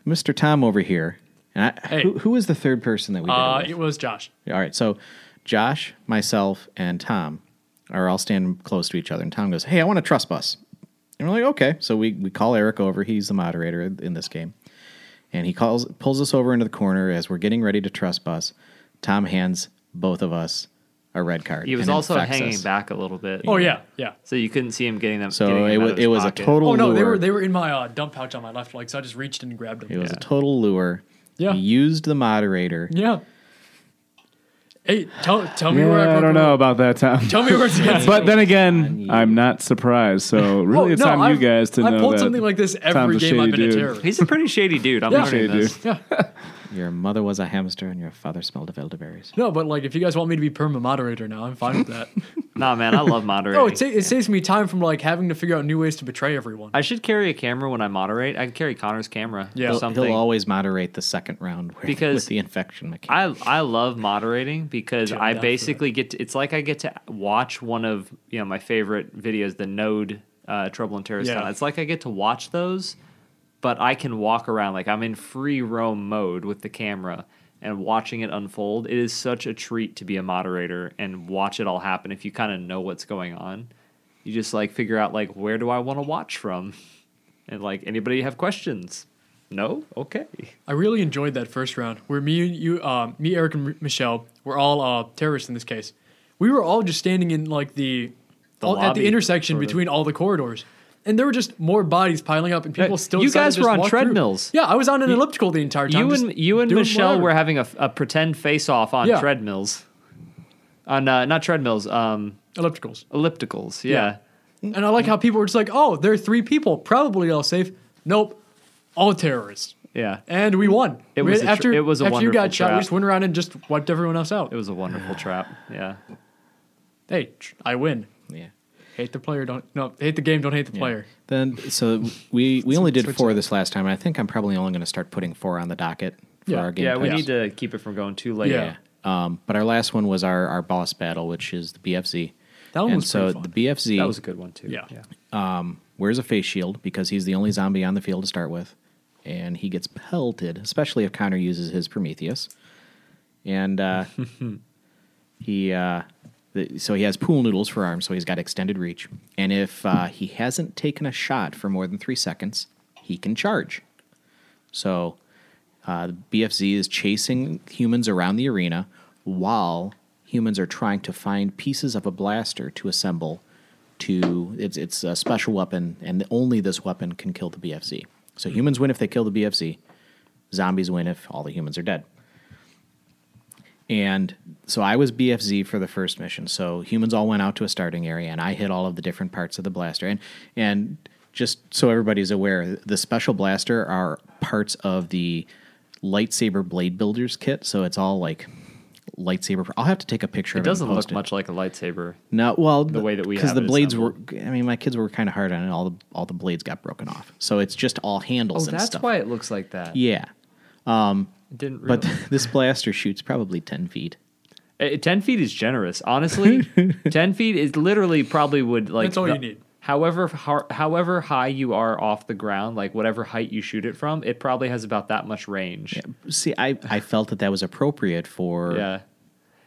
Mr. Tom over here, and I, Hey. who, who was the third person that we did it uh, with? it was Josh. All right. So Josh, myself, and Tom are all standing close to each other. And Tom goes, Hey, I want a trust bus. And we're like, Okay. So we, we call Eric over. He's the moderator in this game. And he calls pulls us over into the corner as we're getting ready to trust bus. Tom hands both of us a red card. He was and also infects hanging us. back a little bit. Oh yeah, yeah. So you couldn't see him getting them. So getting it him out was of his it was a pocket. total. Oh no, they were lure. they were in my uh, dump pouch on my left leg, so I just reached in and grabbed them. It was a Yeah. total lure. Yeah. He used the moderator. Yeah. Hey, tell tell me Yeah, where I, I broke don't my know leg. about that time. Tell me where it's against. But then again, I'm not surprised. So really, it's on you guys to I know pulled that something like this every a game shady I've been a dude. terrorist. He's a pretty shady dude. I'm Yeah. learning Shady this. Yeah. Your mother was a hamster and your father smelled of elderberries. No, but like if you guys want me to be perma moderator now, I'm fine with that. Nah, man, I love moderating. no, it, sa- it saves me time from like having to figure out new ways to betray everyone. I should carry a camera when I moderate. I could carry Connor's camera. or Yeah. He'll- He'll- something. He'll always moderate the second round where, Because with the infection mechanic. I I love moderating because Dude, I'm I down for basically get to, it's like I get to watch one of you know my favorite videos, the Node uh, Trouble in Terrorist Yeah. Town. It's like I get to watch those, but I can walk around like I'm in free roam mode with the camera, and watching it unfold. It is such a treat to be a moderator and watch it all happen. If you kind of know what's going on, you just like figure out like where do I want to watch from, and like anybody have questions? No, okay. I really enjoyed that first round where me and you, um, me, Eric, and M- Michelle were all uh, terrorists in this case. We were all just standing in like the, The all- at lobby, the intersection sort of. between all the corridors, and there were just more bodies piling up, and people Yeah, still. you decided guys to were just on walk through. treadmills. Yeah, I was on an elliptical the entire time. You just and you and doing Michelle whatever. were having a, a pretend face off on Yeah. treadmills, on uh, not treadmills, um, ellipticals, ellipticals. Yeah. and I like how people were just like, "Oh, there are three people, probably all safe." Nope, all terrorists, yeah, and we won. It We- was a tr- after it was a after you wonderful got shot. We trap. just went around and just wiped everyone else out. It was a wonderful trap. Yeah, hey, tr- I win. Yeah. Hate the player, don't no. Hate the game, don't hate the player. Then so we we only did switch four it. this last time. and I think I'm probably only going to start putting four on the docket for Yeah. our game. yeah. We pass. need to keep it from going too late. Yeah. Um, but our last one was our, our boss battle, which is the BFZ. That one and was pretty so fun. the BFZ that was a good one too. Yeah. wears a face shield because he's the only zombie on the field to start with, and he gets pelted, especially if Connor uses his Prometheus. And uh, he, uh, the, so he has pool noodles for arms, so he's got extended reach. And if uh, he hasn't taken a shot for more than three seconds, he can charge. So uh, the BFZ is chasing humans around the arena while humans are trying to find pieces of a blaster to assemble to it's it's a special weapon and only this weapon can kill the BFZ. So humans win if they kill the BFZ. Zombies win if all the humans are dead. And so I was BFZ for the first mission. So humans all went out to a starting area, and I hit all of the different parts of the blaster. And and just so everybody's aware, the special blaster are parts of the lightsaber blade builders kit. So it's all like lightsaber. I'll have to take a picture. It of doesn't and post look much like a lightsaber. no, well, the way that we because have the it blades were. I mean, my kids were kind of hard on it. All the all the blades got broken off, so it's just all handles. Oh, and that's stuff. why it looks like that. Yeah, It didn't. Really, but this blaster shoots probably ten feet. Uh, ten feet is generous, honestly. ten feet is literally probably would like. That's all you need. However, har- however high you are off the ground, like whatever height you shoot it from, it probably has about that much range. See, I I felt that that was appropriate for yeah.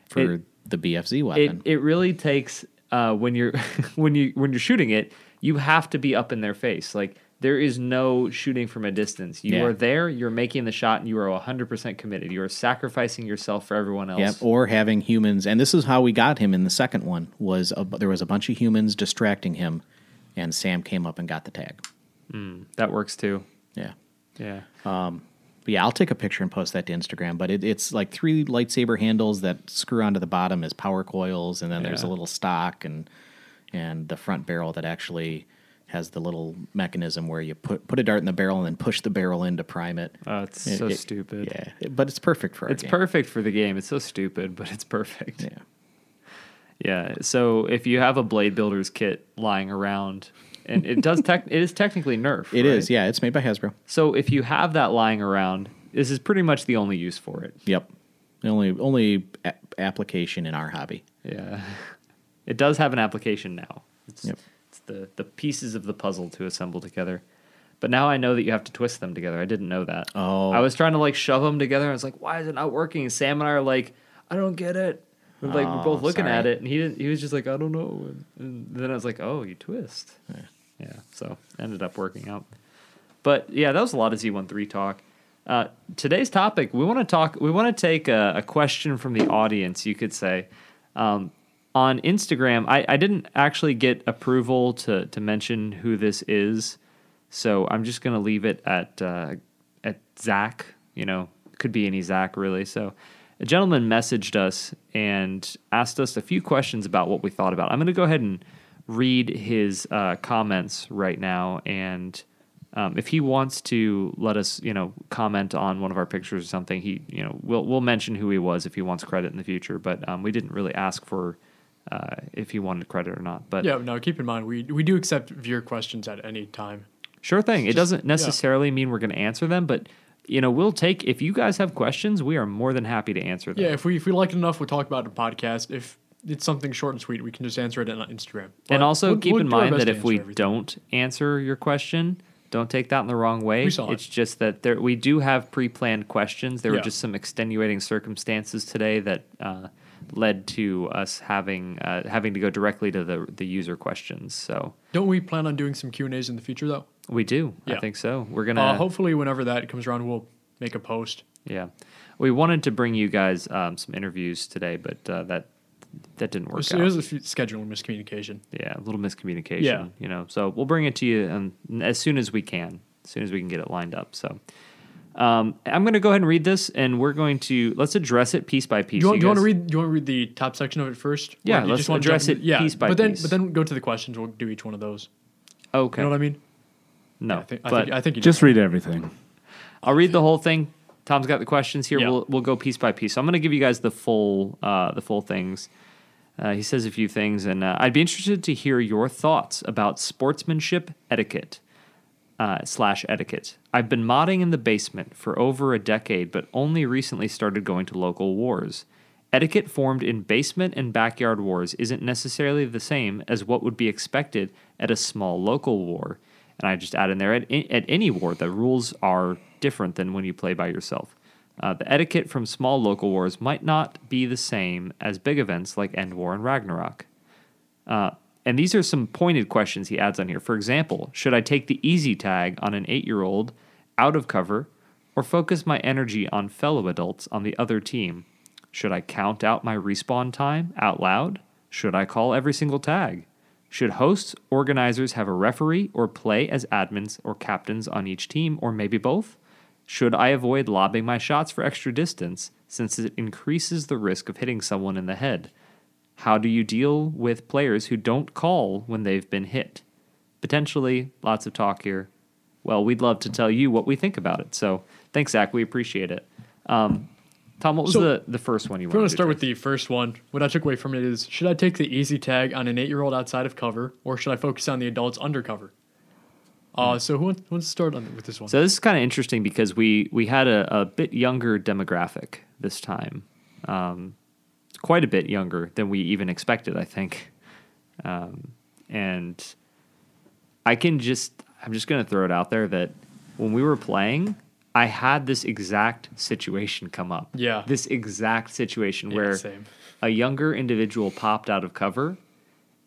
for It- the BFZ it weapon. it really takes uh, when you're when you when you're shooting it, you have to be up in their face. Like there is no shooting from a distance. You Yeah. are there. You're making the shot, and you are 100 percent committed. You are sacrificing yourself for everyone else. Yep, or having humans, and this is how we got him in the second one. Was a, there was a bunch of humans distracting him, and Sam came up and got the tag. That works too. Yeah, Yeah. But yeah, I'll take a picture and post that to Instagram. But it, it's like three lightsaber handles that screw onto the bottom as power coils, and then there's a Yeah. little stock and and the front barrel that actually has the little mechanism where you put put a dart in the barrel and then push the barrel in to prime it. Oh, it's It- so it- stupid. Yeah, but it's perfect for our It's game. perfect for the game. It's so stupid, but it's perfect. Yeah. Yeah. So if you have a blade builder's kit lying around, and it does tech, it is technically Nerf. It is. right? yeah. It's made by Hasbro. So if you have that lying around, this is pretty much the only use for it. Yep. The only only a- application in our hobby. Yeah. It does have an application now. It's, Yep. it's the, the pieces of the puzzle to assemble together. But now I know that you have to twist them together. I didn't know that. Oh. I was trying to like shove them together. And I was like, why is it not working? And Sam and I are like, I don't get it. We're like, we're both Oh, looking at sorry. it. And he didn't, he was just like, I don't know. And, and then I was like, oh, you twist. Yeah. So ended up working out. But yeah, that was a lot of Z13 talk. Uh, today's topic, we want to talk, we want to take a, a question from the audience, you could say. Um, on Instagram, I, I didn't actually get approval to, to mention who this is. So I'm just going to leave it at, uh, at Zach, you know, could be any Zach really. So a gentleman messaged us and asked us a few questions about what we thought about. I'm going to go ahead and read his uh, comments right now and um, if he wants to let us, you know, comment on one of our pictures or something, he, you know, we'll we'll mention who he was if he wants credit in the future. But um, we didn't really ask for uh, if he wanted credit or not. But Yeah, no, keep in mind we we do accept viewer questions at any time. sure thing, it doesn't yeah. necessarily mean we're going to answer them, but you know, we'll take if you guys have questions, we are more than happy to answer them. Yeah, if we if we like it enough, we'll talk about it in podcast. If it's something short and sweet, we can just answer it on Instagram. But and also we'll- keep we'll in do our mind that best to if answer we everything. don't answer your question, Don't take that in the wrong way. We saw it. it's just that there we do have pre-planned questions. There were Yeah. just some extenuating circumstances today that uh, led to us having uh, having to go directly to the the user questions. So Don't we plan on doing some Q and A's in the future though? we do. I Yeah. think so. We're gonna. Uh, hopefully, whenever that comes around, we'll make a post. yeah, we wanted to bring you guys um, some interviews today, but uh, that that didn't work It was, out. it was a few scheduling miscommunication. yeah, a little miscommunication. Yeah. You know, so we'll bring it to you um, as soon as we can, as soon as we can get it lined up. So um, I'm going to go ahead and read this, and we're going to let's address it piece by piece. Do you, want, do you want guys. to read? Do you want to read the top section of it first? Or Yeah, do you let's wanna address jump it into- yeah, piece by but then, piece. But then go to the questions. We'll do each one of those. Okay. You know what I mean? No, I think, I but think, I think you Just know. read everything. I'll read the whole thing. Tom's got the questions here. Yeah. We'll we'll go piece by piece. So I'm going to give you guys the full uh, the full things. Uh, he says a few things, and uh, I'd be interested to hear your thoughts about sportsmanship etiquette uh, slash etiquette. I've been modding in the basement for over a decade, but only recently started going to local wars. Etiquette formed in basement and backyard wars isn't necessarily the same as what would be expected at a small local war. And I just add in there at, at any war, the rules are different than when you play by yourself. Uh, the etiquette from small local wars might not be the same as big events like End War and Ragnarok. Uh, and these are some pointed questions he adds on here. For example, should I take the easy tag on an eight year old out of cover or focus my energy on fellow adults on the other team? Should I count out my respawn time out loud? Should I call every single tag? Should hosts, organizers have a referee or play as admins or captains on each team or maybe both? Should I avoid lobbing my shots for extra distance since it increases the risk of hitting someone in the head? How do you deal with players who don't call when they've been hit? Potentially, lots of talk here. Well, we'd love to tell you what we think about it. So thanks, Zach. We appreciate it. Um, Tom, what was So, the, the first one you If you wanted want to to start address? with the first one, what I took away from it is: should I take the easy tag on an eight-year-old outside of cover, or should I focus on the adults under cover? Hmm. Uh, so who wants, who wants to start on, with this one? So this is kind of interesting because we we had a, a bit younger demographic this time, um, quite a bit younger than we even expected, I think. Um, and I can just I'm just gonna throw it out there that when we were playing, I had this exact situation come up. Yeah. this exact situation Yeah, where same. a younger individual popped out of cover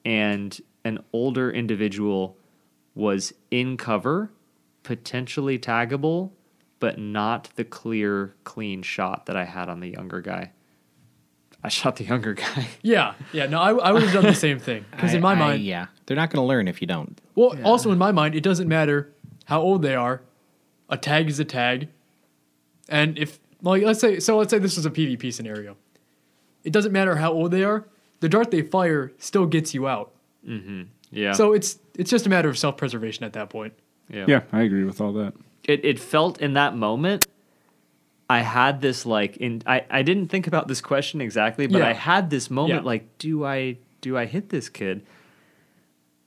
and an older individual was in cover, potentially taggable, but not the clear, clean shot that I had on the younger guy. I shot the younger guy. yeah, yeah. No, I, I would have done the same thing because in I- my I- mind, yeah, they're not going to learn if you don't. Well, also in my mind, it doesn't matter how old they are. A tag is a tag, and if like let's say so, let's say this was a PvP scenario. It doesn't matter how old they are. The dart they fire still gets you out. Yeah. So it's it's just a matter of self preservation at that point. Yeah, I agree with all that. it, it felt in that moment i had this like in i, I didn't think about this question exactly but Yeah. i had this moment Yeah. like do i do i hit this kid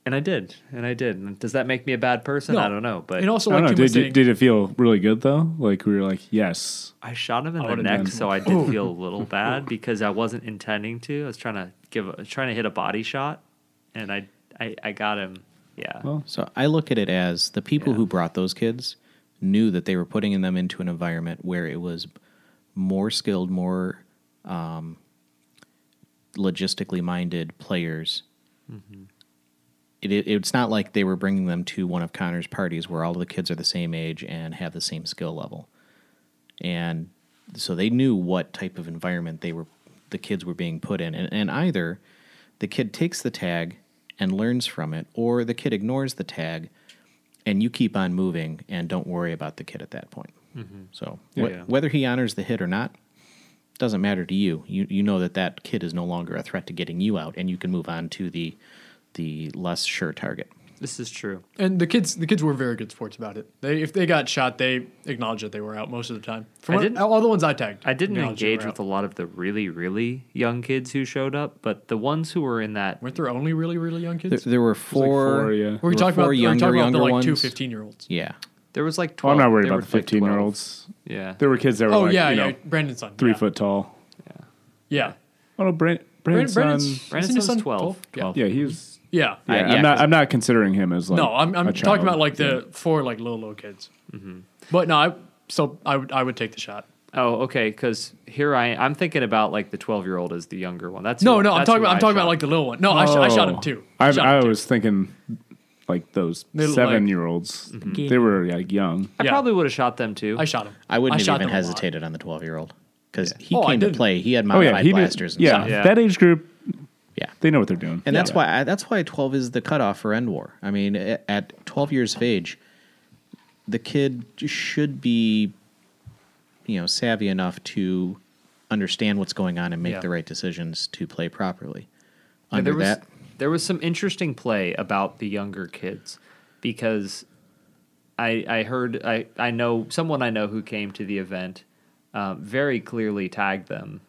and i did and i did and does that make me a bad person i No. don't know but and also I don't like know. Tim was Did, you, saying, did it feel really good though? Like we were like, yes. i shot him in the would've neck done- so i did feel a little bad because i wasn't intending to i was trying to give a, trying to hit a body shot and i i, I got him yeah Well, So I look at it as the people Yeah. who brought those kids knew that they were putting them into an environment where it was more skilled, more um, logistically minded players. It, it, it's not like they were bringing them to one of Connor's parties where all of the kids are the same age and have the same skill level. And so they knew what type of environment they were the kids were being put in. And, and either the kid takes the tag and learns from it, or the kid ignores the tag and you keep on moving and don't worry about the kid at that point. So wh- Yeah. whether he honors the hit or not doesn't matter to you. You you know that that kid is no longer a threat to getting you out, and you can move on to the the less sure target. this is true and the kids the kids were very good sports about it. They if they got shot, they acknowledged that they were out most of the time. From I what- didn't- all the ones I tagged, I didn't acknowledged they engage were with a out. lot of the really, really young kids who showed up, but the ones who were in that Weren't there only really really young There, kids? there were it was like four. four, yeah. Were we there were talking about four were we talking younger, about the younger like two ones? 15 year olds? Yeah. There was like Oh, 12. I'm not worried there about the was like 15 year 12. olds. Yeah. There were kids that were Oh like, yeah, you yeah, know, Brandon's son. three yeah. foot tall. Yeah. Oh no, Brand- Brandon's Brandon's- son- isn't his Brandon's son 12. 12. Yeah, he's. Yeah. Yeah, I- yeah, I'm not. 'cause- I'm not considering him as like. No, I'm, I'm a talking child. about like the four like little little kids. But no, I so I would I would take the shot. Oh, okay. Because here I I'm thinking about like the 12 year old as the younger one. That's No, who- no, I'm that's talking who about I I'm talking shot. about like the little one. No, I, sh- I shot him too. Oh. I, shot I him, too. was thinking, like those They look like- Mhm. seven year olds. They were like young. I yeah. probably would have shot them too. I shot him. I wouldn't shot have even them a lot. hesitated on the 12 year old because he Oh, I came to didn't. play. He had Oh modified yeah, he blasters did. and Yeah, stuff. Yeah. that age group, Yeah. they know what they're doing. And that's why I, that's why 12 is the cutoff for end war. I mean, a- at 12 years of age, the kid j- should be, you know, savvy enough to understand what's going on and make Yeah. the right decisions to play properly. Yeah, Under there was that, there was some interesting play about the younger kids because I I heard I I know someone I know who came to the event uh, very clearly tagged them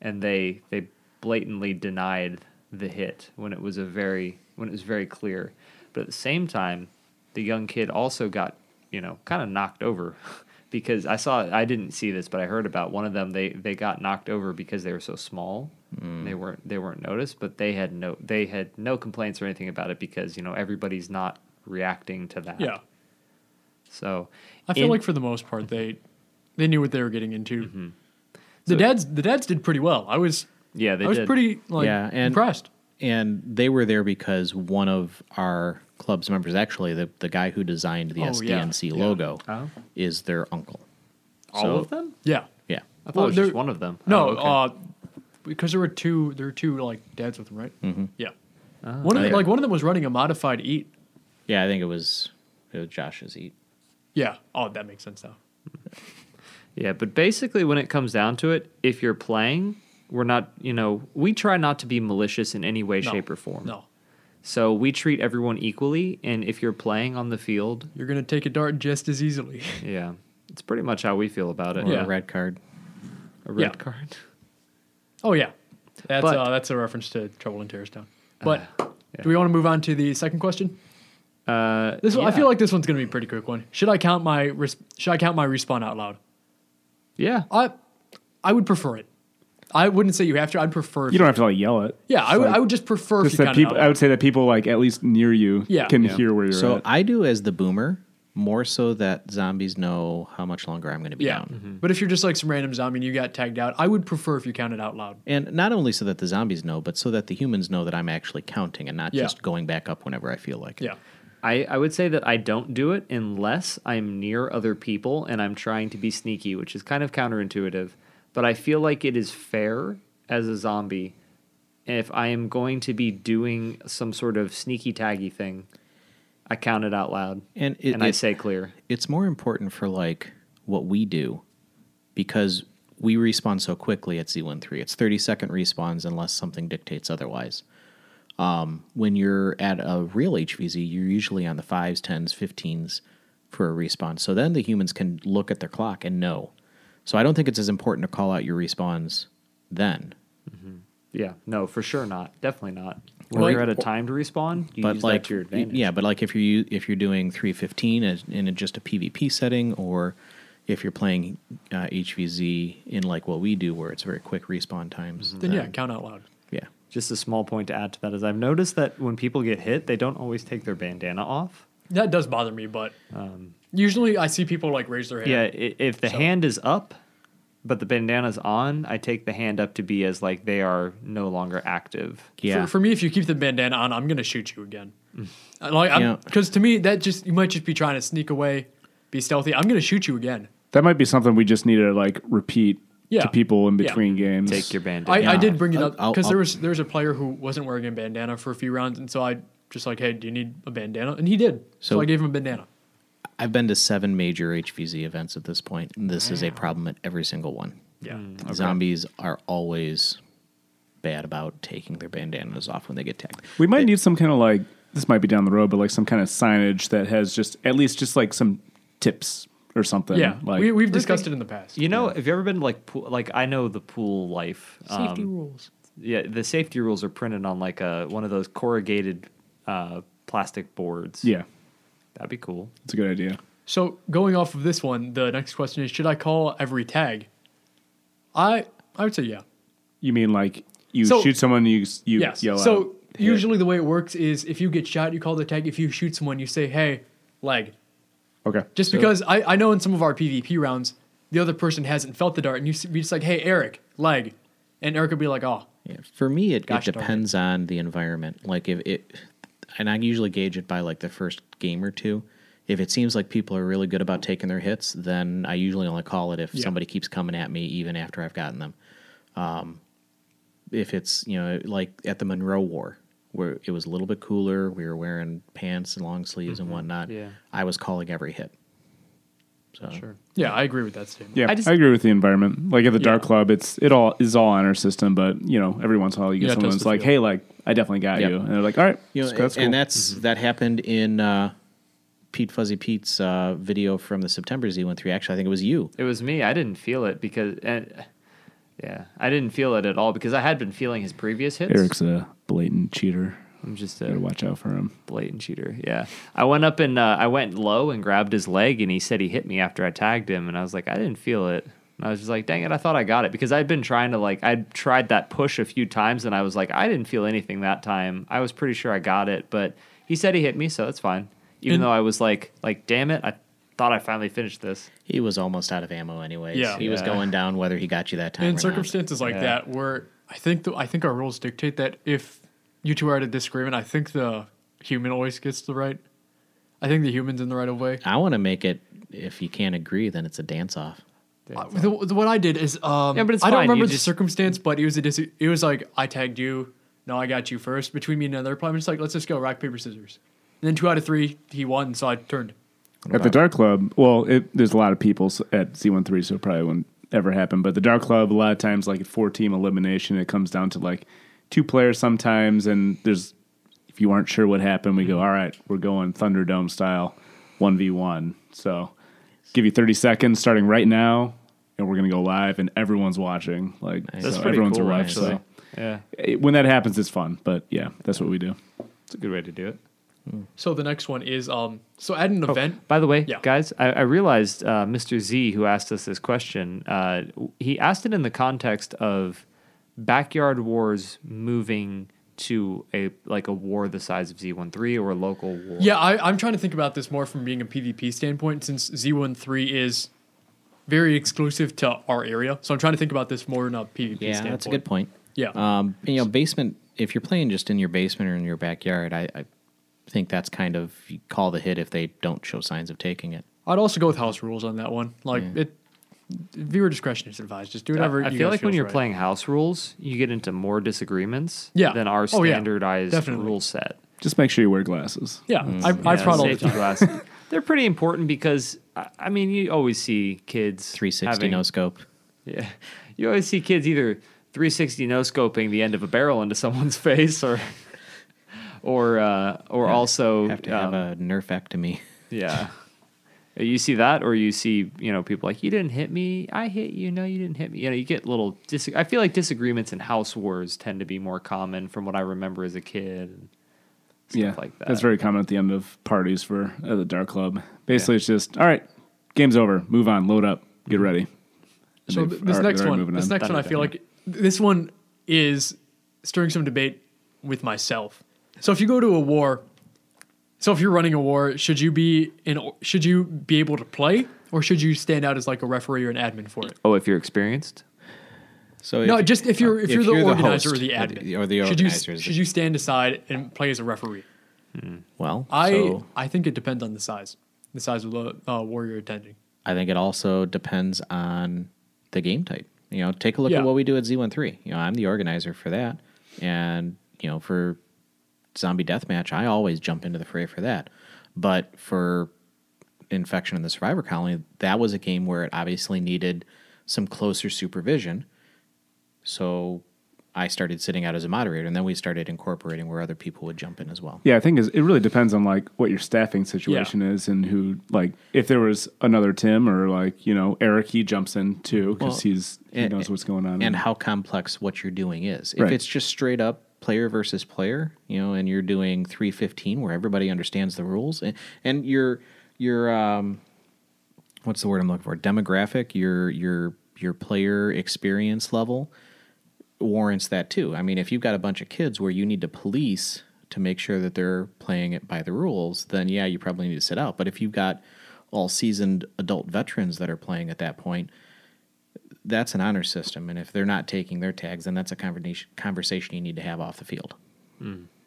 and they they blatantly denied the hit when it was a very when it was very clear but at the same time the young kid also got you know kind of knocked over because I saw I didn't see this but I heard about one of them they they got knocked over because they were so small they weren't they weren't noticed but they had no they had no complaints or anything about it because you know everybody's not reacting to that Yeah. so I feel in- like for the most part they they knew what they were getting into. The dads the dads did pretty well. I was Yeah, they I was did. pretty like Yeah, and- impressed. and they were there because one of our club's members, actually, the, the guy who designed the Oh, yeah, SDNC yeah. Uh-huh. logo, Oh. is their uncle. all so- of them. Yeah. Yeah. I thought Well, it was just there- one of them. Oh, No, okay. uh, because there were two. There were two like dads with them, right? Mm-hmm. Yeah. one Oh, of them, Yeah. like one of them was running a modified eat. Yeah, I think it was, it was Josh's e-, eat. Yeah. Oh, that makes sense now. yeah, but basically, when it comes down to it, if you're playing, we're not. You know, we try not to be malicious in any way, No. shape, or form. No, So we treat everyone equally, and if you're playing on the field, you're gonna take a dart just as easily. yeah, it's pretty much how we feel about it. Or Yeah. a red card. a red Yeah. card. oh yeah, that's But- uh, that's a reference to Trouble in Terrorstown. But do we want to move on to the second question? Uh, This one, I yeah. feel like this one's gonna be a pretty quick one. Should I count my res- should I count my respawn out loud? yeah. I I would prefer it. I wouldn't say you have to. I'd prefer. if You don't have to like yell it. Yeah, I It's would. like- I would just prefer if Just you that counted people. out. I would say that people like at least near you Yeah. can Yeah. hear where you're So at. I do as the boomer more so that zombies know how much longer I'm going to be Yeah. down. But if you're just like some random zombie and you got tagged out, I would prefer if you counted out loud. And not only so that the zombies know, but so that the humans know that I'm actually counting and not Yeah. just going back up whenever I feel like it. Yeah. I, I would say that I don't do it unless I'm near other people and I'm trying to be sneaky, which is kind of counterintuitive. But I feel like it is fair as a zombie if I am going to be doing some sort of sneaky taggy thing. I count it out loud And it- I it- say clear. It's more important for like what we do because we respawn so quickly at Z13. It's 30 second respawns unless something dictates otherwise. Um, when you're at a real HVZ, you're usually on the 5s, 10s, 15s for a respawn. So then the humans can look at their clock and know. So I don't think it's as important to call out your respawns then. Yeah, no, for sure not. Definitely not. When Or you're like- at a time to respawn, you but use like that to your advantage. yeah but like if you're u- if you're doing 315 as- in a, just a pvp setting or if you're playing uh, hvz in like what we do where it's very quick respawn times Mm-hmm. uh, Then yeah, count out loud. yeah Just a small point to add to that is I've noticed that when people get hit, they don't always take their bandana off. That does bother me, but usually I see people like raise their hand. Yeah, i- if the hand is up, but the bandana's on, I take the hand up to be as like they are no longer active. yeah For, for me, if you keep the bandana on, I'm gonna shoot you again. I like, Yeah. because to me, that just you might just be trying to sneak away, be stealthy. I'm gonna shoot you again. that might be something we just need to like repeat Yeah. to people in Yeah. between games. Take your I, bandana. I did bring it I'll- up I'll- because I'll- there was there was a player who wasn't wearing a bandana for a few rounds, and so I just like, hey, do you need a bandana? And he did, so, So- I gave him a bandana. i've been to seven major hvz events at this point and this is a problem at every single one Yeah, Mm-hmm. zombies are always bad about taking their bandanas off when they get tagged We might need some kind of like this might be down the road, but like some kind of signage that has just at least just like some tips or something. yeah. like we, we've discussed it in the past. you know, have you ever been to like pool, like I know the pool life. Safety um, rules. yeah, the safety rules are printed on like a one of those corrugated uh, plastic boards. yeah, that'd be cool. it's a good idea. So going off of this one, the next question is: Should I call every tag? I I would say yeah. You mean like you So- shoot someone, you s- you yes. yell so out. hit. usually the way it works is if you get shot, you call the tag. If you shoot someone, you say, "Hey, leg." Okay. Just because I, I know in some of our PvP rounds, the other person hasn't felt the dart, and you s- be just like, "Hey, Eric, leg," and Eric would be like, "Oh, Yeah, for me, it, Gosh it darn it. depends on the environment. Like if it, and I usually gauge it by like the first game or two. If it seems like people are really good about taking their hits, then I usually only call it if Yeah. somebody keeps coming at me even after I've gotten them. Um, if it's you know like at the Monroe War where it was a little bit cooler, we were wearing pants and long sleeves Mm-hmm. and whatnot. yeah. I was calling every hit. So yeah, I agree with that statement." Yeah, I I, just- agree with the environment. Like at the dark Yeah. club, it's it all is all honor system, but you know, every once in a while you get Yeah, it someone does that's the like, feel. "Hey, like I definitely got Yeah. you," and they're like, "All right, You know, that's, that's and cool." that's Mm-hmm. that happened in uh, Pete Fuzzy Pete's uh, video from the September Z13. Actually, I think it was you. It was me. I didn't feel it because, and, yeah, I didn't feel it at all because I had been feeling his previous hits. Eric's a blatant cheater. I'm just Better a watch out for him. blatant cheater. Yeah, I went up and uh, I went low and grabbed his leg, and he said he hit me after I tagged him, and I was like, I didn't feel it. And I was just like, dang it, I thought I got it because I'd been trying to like I'd tried that push a few times, and I was like, I didn't feel anything that time. I was pretty sure I got it, but he said he hit me, so that's fine. Even And- though I was like, like, damn it, I thought I finally finished this. He was almost out of ammo, anyways. Yeah. he was Yeah. going down whether he got you that time. in or circumstances like Yeah. that where i think the, i think our rules dictate that if you two are at a disagreement i think the human always gets the right i think the human's in the right of way not. I want to make it. If you can't agree, then it's a dance off. Uh, the- the- what i did is um, Yeah, but it's i don't fine. You remember the just- circumstance but it was a dis- it was like i tagged you no i got you first between me and another player i'm just like let's just go rock paper scissors and then two out of three he won so i turned At the dark club, well, it, there's a lot of people s- at Z13, so it probably wouldn't ever happen. But the dark club, a lot of times, like four team elimination, it comes down to like two players sometimes. And there's, if you aren't sure what happened, we Mm-hmm. go, all right, we're going Thunderdome style 1v1. So give you 30 seconds starting right now, and we're going to go live, and everyone's watching. Like, That's so pretty everyone's cool, arrived. actually. So Yeah, it, when that happens, it's fun. But yeah, that's what we do. it's a good way to do it. so the next one is um so at Oh. an event By the way, Yeah. guys, I, I realized uh, Mr. Z, who asked us this question, uh, w- he asked it in the context of Backyard Wars moving to a like a war the size of Z13 or a local war. Yeah, I, I'm trying to think about this more from being a PvP standpoint since Z13 is very exclusive to our area. So I'm trying to think about this more in a PvP Yeah, standpoint. that's a good point. Yeah. Um, you know, basement. If you're playing just in your basement or in your backyard, I, I think that's kind of you call the hit if they don't show signs of taking it. I'd also go with house rules on that one. Like it viewer discretion is advised. Just do I, whatever I you feel guys like when feels you're right. playing house rules, you get into more disagreements Yeah. than our Oh, yeah. standardized Definitely. rule set. Just make sure you wear glasses. Yeah, Mm. I, I Yeah, prod all the safety time. glasses. They're pretty important because I, I mean you always see kids 360 having- no scope. Yeah. You always see kids either 360 no scoping the end of a barrel into someone's face or or uh or also Have to um, have a nerfectomy. yeah. You see that or you see, you know, people like you didn't hit me, I hit you, no you didn't hit me. You know, you get little dis- I feel like disagreements and house wars tend to be more common from what I remember as a kid and stuff like that. That's very common at the end of parties for uh, the dark club. Basically, it's just all right, game's over, move on, load up, get ready. And So they've- th- this all right, next they're one, moving this on. next Done one, I with feel that. like this one is stirring some debate with myself. So if you go to a war, so if you're running a war, should you be in? Should you be able to play, or should you stand out as like a referee or an admin for it? oh, if you're experienced? So no, if- just if you're if, if you're, the you're the organizer or host the or admin the- or the should you organizer is the- should you stand aside and play as a referee? well, I so- I think it depends on the size, the size of the uh, war you're attending. I think it also depends on the game type. You know, take a look Yeah. at what we do at Z13. You know, I'm the organizer for that. And, you know, for zombie deathmatch, I always jump into the fray for that. But for Infection in the Survivor Colony, that was a game where it obviously needed some closer supervision. So I started sitting out as a moderator, and then we started incorporating where other people would jump in as well. Yeah, I think it's- it really depends on like what your staffing situation is and who like if there was another Tim or like you know Eric, he jumps in too because Well, he's he and- knows what's going on. and how complex what you're doing is. If Right. it's just straight up player versus player, you know, and you're doing 315 where everybody understands the rules and, and your your um what's the word I'm looking for? demographic, your your your player experience level warrants that too. I mean, if you've got a bunch of kids where you need to police to make sure that they're playing it by the rules, then yeah, you probably need to sit out. But if you've got all seasoned adult veterans that are playing at that point, that's an honor system. And if they're not taking their tags, then that's a conversation conversation you need to have off the field.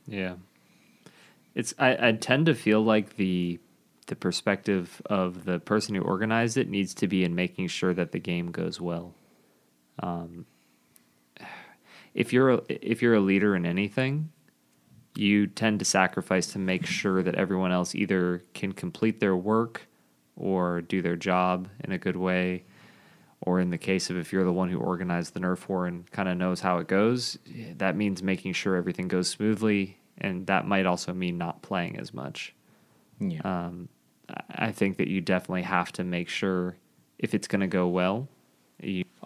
Yeah. It's I, I tend to feel like the the perspective of the person who organized it needs to be in making sure that the game goes well. Um, if you're a, if you're a leader in anything, you tend to sacrifice to make sure that everyone else either can complete their work or do their job in a good way. Or in the case of if you're the one who organized the Nerf war and kind of knows how it goes, that means making sure everything goes smoothly, and that might also mean not playing as much. Yeah. I- I think that you definitely have to make sure if it's going to go well.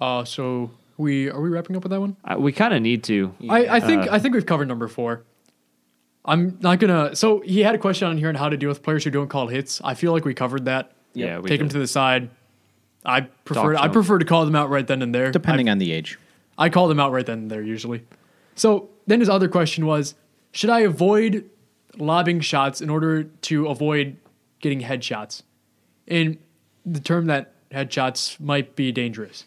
Uh, so we are we wrapping up with that one? I, we kind of need to. I, I Uh, think I think we've covered number four. I'm not gonna. So he had a question on here on how to deal with players who don't call hits. I feel like we covered that. Yeah, we take them did. to the side. I prefer to I them. prefer to call them out right then and there. Depending on the age. I call them out right then and there usually. So then his other question was, should I avoid lobbing shots in order to avoid getting headshots? And the term that headshots might be dangerous.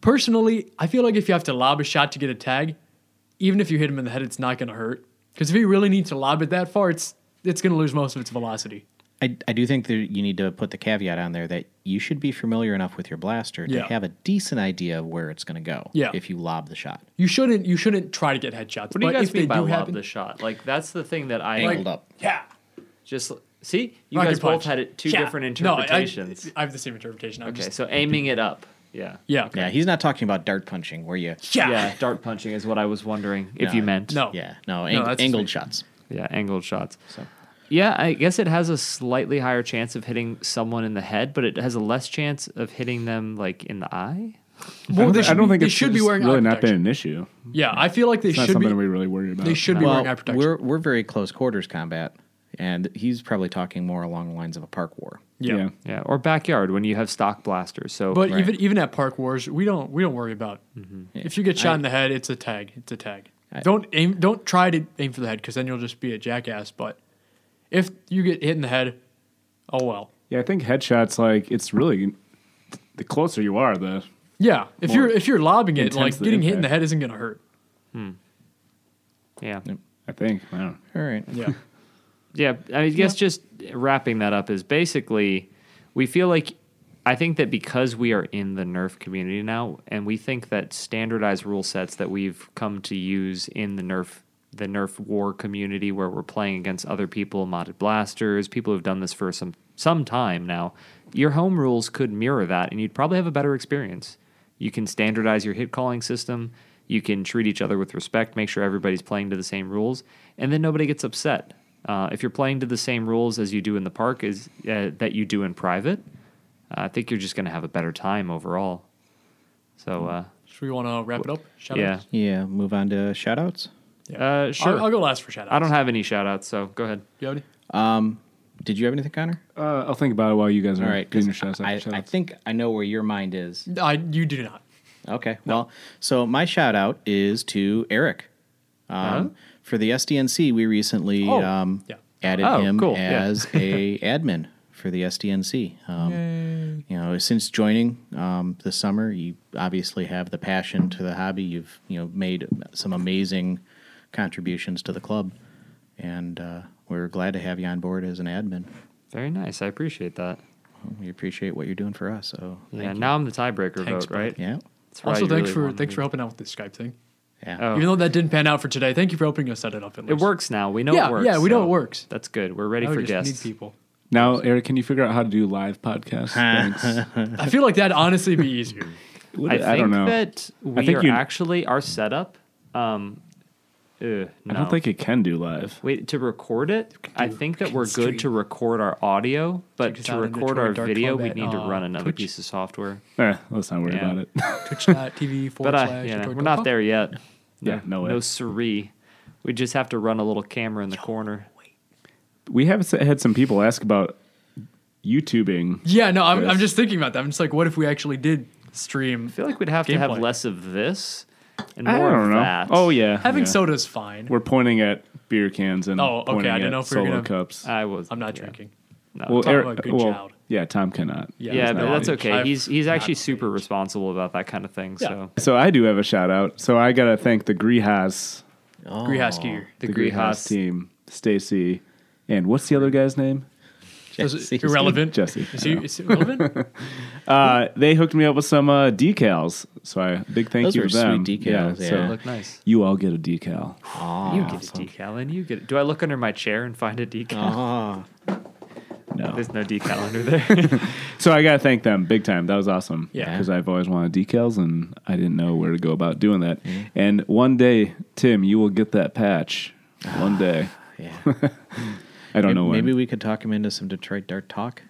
Personally, I feel like if you have to lob a shot to get a tag, even if you hit him in the head, it's not going to hurt. Because if you really need to lob it that far, it's it's going to lose most of its velocity. I, I do think that you need to put the caveat on there that you should be familiar enough with your blaster Yeah. to have a decent idea of where it's going to go Yeah. if you lob the shot. You shouldn't you shouldn't try to get headshots. What do you but guys if they mean by do lob happen, the shot? Like that's the thing that I Angled up. Yeah. just see. You Rocket guys both punch. had it two Oh, Yeah. different No, I- I- interpretations. I, have the same interpretation. I'm okay, just- so aiming it up. Yeah. yeah. Yeah, he's not talking about dart punching where you. Yeah. Yeah, dart punching is what I was wondering if No, you meant. No. Yeah, no, Oh. No, ang- that's angled sweet. shots. Yeah, angled shots. So Yeah, I guess it has a slightly higher chance of hitting someone in the head, but it has a less chance of hitting them like in the eye. Well, I don't, they thi- I should, don't think they it's should be it's wearing really eye not been an protection. issue. Yeah, I feel like they It's not should be. something we really worry about. They should be wearing eye well, protection. we're we're very close quarters combat, and he's probably talking more along the lines of a park war. yeah. Yeah, or backyard when you have stock blasters. So but Right. even even at park wars, we don't we don't worry about. Mm-hmm. If you get shot in the head, it's a tag. It's a tag. don't aim. Don't try to aim for the head because then you'll just be a jackass. But if you get hit in the head, oh well. Yeah, I think headshots like it's really the closer you are, the Yeah, if More you're if you're lobbing it, intense like the getting hit in the impact. head isn't gonna hurt. yeah. I think. I don't know. All right. Yeah, Yeah, I guess just wrapping that up is basically we feel like I think that because we are in the Nerf community now, and we think that standardized rule sets that we've come to use in the Nerf the Nerf war community, where we're playing against other people, modded blasters, people who've done this for some some time now, your home rules could mirror that, and you'd probably have a better experience. You can standardize your hit calling system. You can treat each other with respect, make sure everybody's playing to the same rules, and then nobody gets upset. Uh, if you're playing to the same rules as you do in the park, is uh, that you do in private? Uh, I think you're just going to have a better time overall. So, uh, so we want to wrap it up. Shout yeah, outs? Yeah, move on to shoutouts. uh, sure. I'll, I'll go last for shout out. I don't have any shout outs, so go ahead. You have any? Did you have anything, Connor? Uh, I'll think about it while you guys are All right, doing 'cause your shots. I, I think I know where your mind is. I you do not. Okay. Well, so my shout out is to Eric. Um, For the SDNC, we recently Uh-huh. Oh, um, yeah. added Oh, him cool, yeah. as a admin for the SDNC. Um, you know, since joining um, this summer, you obviously have the passion to the hobby. You've you know made some amazing contributions to the club, and uh, we're glad to have you on board as an admin. Very nice. I appreciate that. We appreciate what you're doing for us. So Yeah, now I'm the tiebreaker Thanks, vote, bud. right? yeah, That's why Also, you thanks really for wanted thanks me. for helping out with this Skype thing. yeah. Oh. Even though that didn't pan out for today, thank you for helping us set it up. At It least. works now. We know Yeah, it works. yeah, we know so it works. That's good. We're ready Now we for just guests. Need people. now, Eric, can you figure out how to do live podcasts? Thanks. I feel like that'd honestly be easier. Would I, it- think don't know. that we think are you- actually our setup. Um, uh, no. I don't think it can do live. Wait to record it. I think that we're good to stream. record our audio, but Check us to out on record Detroit our Dark video, Club we at, need to uh, run another Twitch. piece of software. Eh, let's not worry Yeah. about it. Twitch.tv forward But I, slash. you know, Detroit we're not Dog there yet. Yeah, no way. No siree. We just have to run a little camera in the corner. we have s- had some people ask about YouTubing. Pub. Yeah, no, I'm, I'm Yes. just thinking about that. I'm just like, what if we actually did stream? I feel like we'd have to have Gameplay. less of this and I more don't of know. that. Oh yeah, Having yeah. soda's fine. We're pointing at beer cans and Oh, okay, pointing I didn't at know if we were solo gonna- cups. I was. I'm not yeah. drinking. No. well, talking Eric- about good well, child. yeah, Tom cannot. Yeah. He's yeah, not but that's allowed. okay. I've he's he's actually not super responsible about that kind of thing. Yeah. So So I do have a shout out. So I gotta thank the Grihas, Oh. Greenhouse gear. the, the Grihas greenhouse team, Stacy, and what's the other guy's name? Does it- Jesse's- irrelevant. Jesse. Is, he, is it relevant? Uh, they hooked me up with some uh, decals, so I big thank Those you were to them. sweet decals, yeah. So look nice. you all get a decal. Ah, you get a decal, and you get. Do I look under my chair and find a decal? Ah. No. There's Oh, no decal under there. So I gotta thank them big time. That was awesome. Yeah. Because I've always wanted decals, and I didn't know where to go about doing that. And one day, Tim, you will get that patch. One day. yeah. I don't Maybe, know when. maybe we could talk him into some Detroit Dart Talk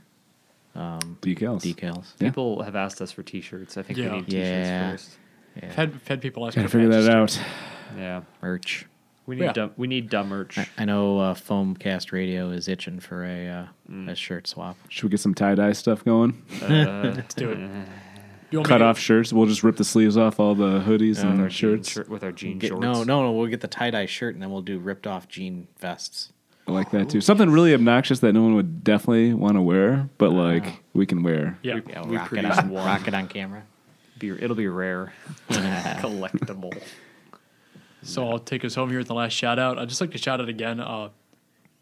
decals. decals. Yeah. People have asked us for T-shirts. I think Yeah. we need T-shirts Yeah. first. I've had, I've had people ask me Gotta to figure patch that this out. Yeah, Merch. we need Yeah. dumb, we need dumb merch. I, I know uh, Foamcast Radio is itching for a uh, a shirt swap. Should we get some tie dye stuff going? Let's do it. You want me Cut to- off shirts. We'll just rip the sleeves off all the hoodies and Our our jean shirts. shirt with our jean Get, shorts. no, no, no. We'll get the tie dye shirt and then we'll do ripped off jean vests. I like that too. Something really obnoxious that no one would definitely want to wear, but like we can wear. Yeah. Yeah, We rock it produce on, one. rock it on camera. Be, it'll be rare, collectible. So I'll take us home here with the last shout out. I'd just like to shout out again, uh,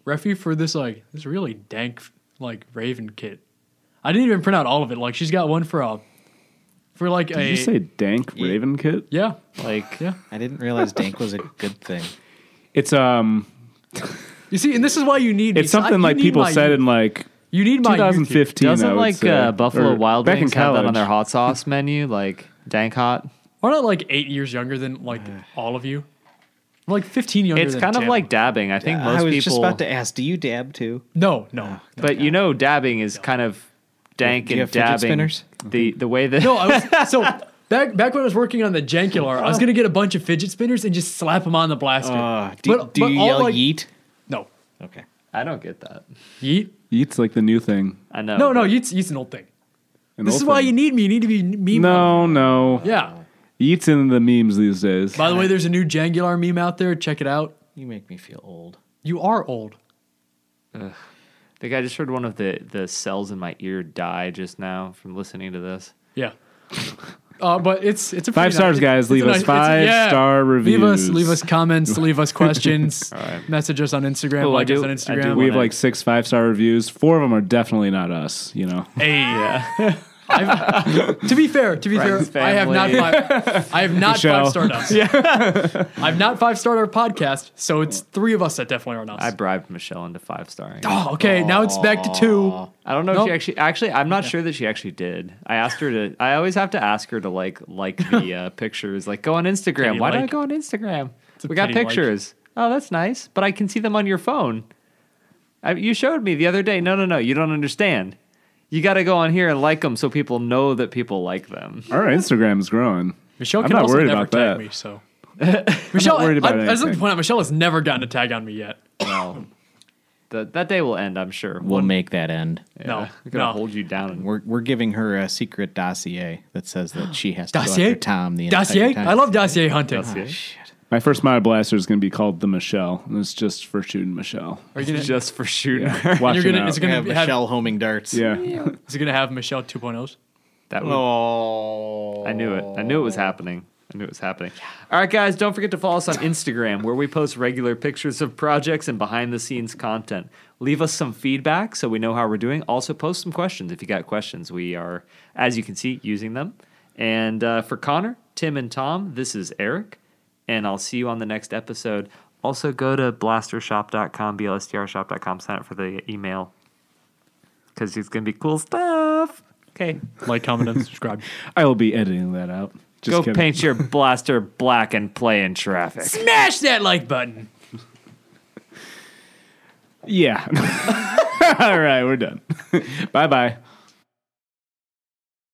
Refi for this like this really dank like Raven kit. I didn't even print out all of it. Like she's got one for a for like Did a you say dank Yeah. raven kit? yeah Like yeah. I didn't realize dank was a good thing. It's um, You see, and this is why you need. it's me. So I- something you like need people my said youth. in like you need my youth here. 2015. I doesn't would like say. uh, Buffalo Or Wild back in Wings have that on college. their hot sauce menu? Like dank hot. We're not like eight years younger than like all of you. I'm like fifteen younger. It's than kind of Tim. like dabbing. I think most Uh, I was people. just about to ask, do you dab too? no, no, Ah. but you know, dabbing is kind of dank Do you and have fidget dabbing. spinners? The the way that no. I was, so back back when I was working on the Jankular, I was gonna get a bunch of fidget spinners and just slap them on the blaster. Uh, do But- do but you all, yell like- yeet? no, Okay. I don't get that. yeet. Eats like the new thing. I know. No, no, but- yeet's yeet's an old thing. Oh, An This old is why thing. you need me. You need to be meme. No, Oh, no. Yeah. Eats in the memes these days. By the way, there's a new Jangular meme out there. Check it out. You make me feel old. You are old. Like I just heard one of the the cells in my ear die just now from listening to this. Yeah. Uh, but it's it's a pretty Five nice- stars, guys. it's a Leave us nice- it's a- five yeah. star reviews. Leave us leave us comments. leave us questions. right. Message us on Instagram. Oh, I like us do- on I do Instagram. We have wanna- like six five star reviews. Four of them are definitely not us. You know. Hey, yeah. I've, to be fair, to be Friends, fair, I have not five. I have not Michelle. five starred us. Yeah. I've not five starred our podcast, so it's three of us that definitely aren't us. I bribed Michelle into five starring. oh, okay, now it's back to two. I don't know if Nope. she actually actually I'm not sure that she actually did. I asked her to I always have to ask her to like like the uh, pictures. Like go on Instagram. Pity Why do I like. go on Instagram? a We got pity like. pictures. Oh, that's nice. But I can see them on your phone. I, you showed me the other day. No, no, no. You don't understand. You got to go on here and like them so people know that people like them. Our Instagram's growing. Michelle I'm can not also worried never about that. tag me, so. Michelle, worried about I, I just like to anything. point out, Michelle has never gotten a tag on me yet. Well, that that day will end, I'm sure. We'll make that end. No, We're gonna no. hold you down. And, We're, we're giving her a secret dossier that says that she has to go Dossier? after Tom the entire dossier? time. I love dossier hunting. My first mod blaster is going to be called the Michelle, and it's just for shooting Michelle. Are you gonna, just for shooting her. Yeah. Watch you're it gonna- out. it's We're gonna gonna have have- Michelle homing darts. yeah. is it going to have Michelle 2.0s? That would Oh. I knew it. I knew it was happening. I knew it was happening. All right, guys, don't forget to follow us on Instagram, where we post regular pictures of projects and behind the scenes content. Leave us some feedback so we know how we're doing. Also, post some questions if you got questions. We are, as you can see, using them. And uh, for Connor, Tim, and Tom, this is Eric, and I'll see you on the next episode. Also, go to blastershop.com, blstrshop.com, sign up for the email because it's going to be cool stuff. Okay. Like, comment, and subscribe. I will be editing that out. Just Go kidding. paint your blaster black and play in traffic. Smash that like button. Yeah. All right, we're done. bye bye.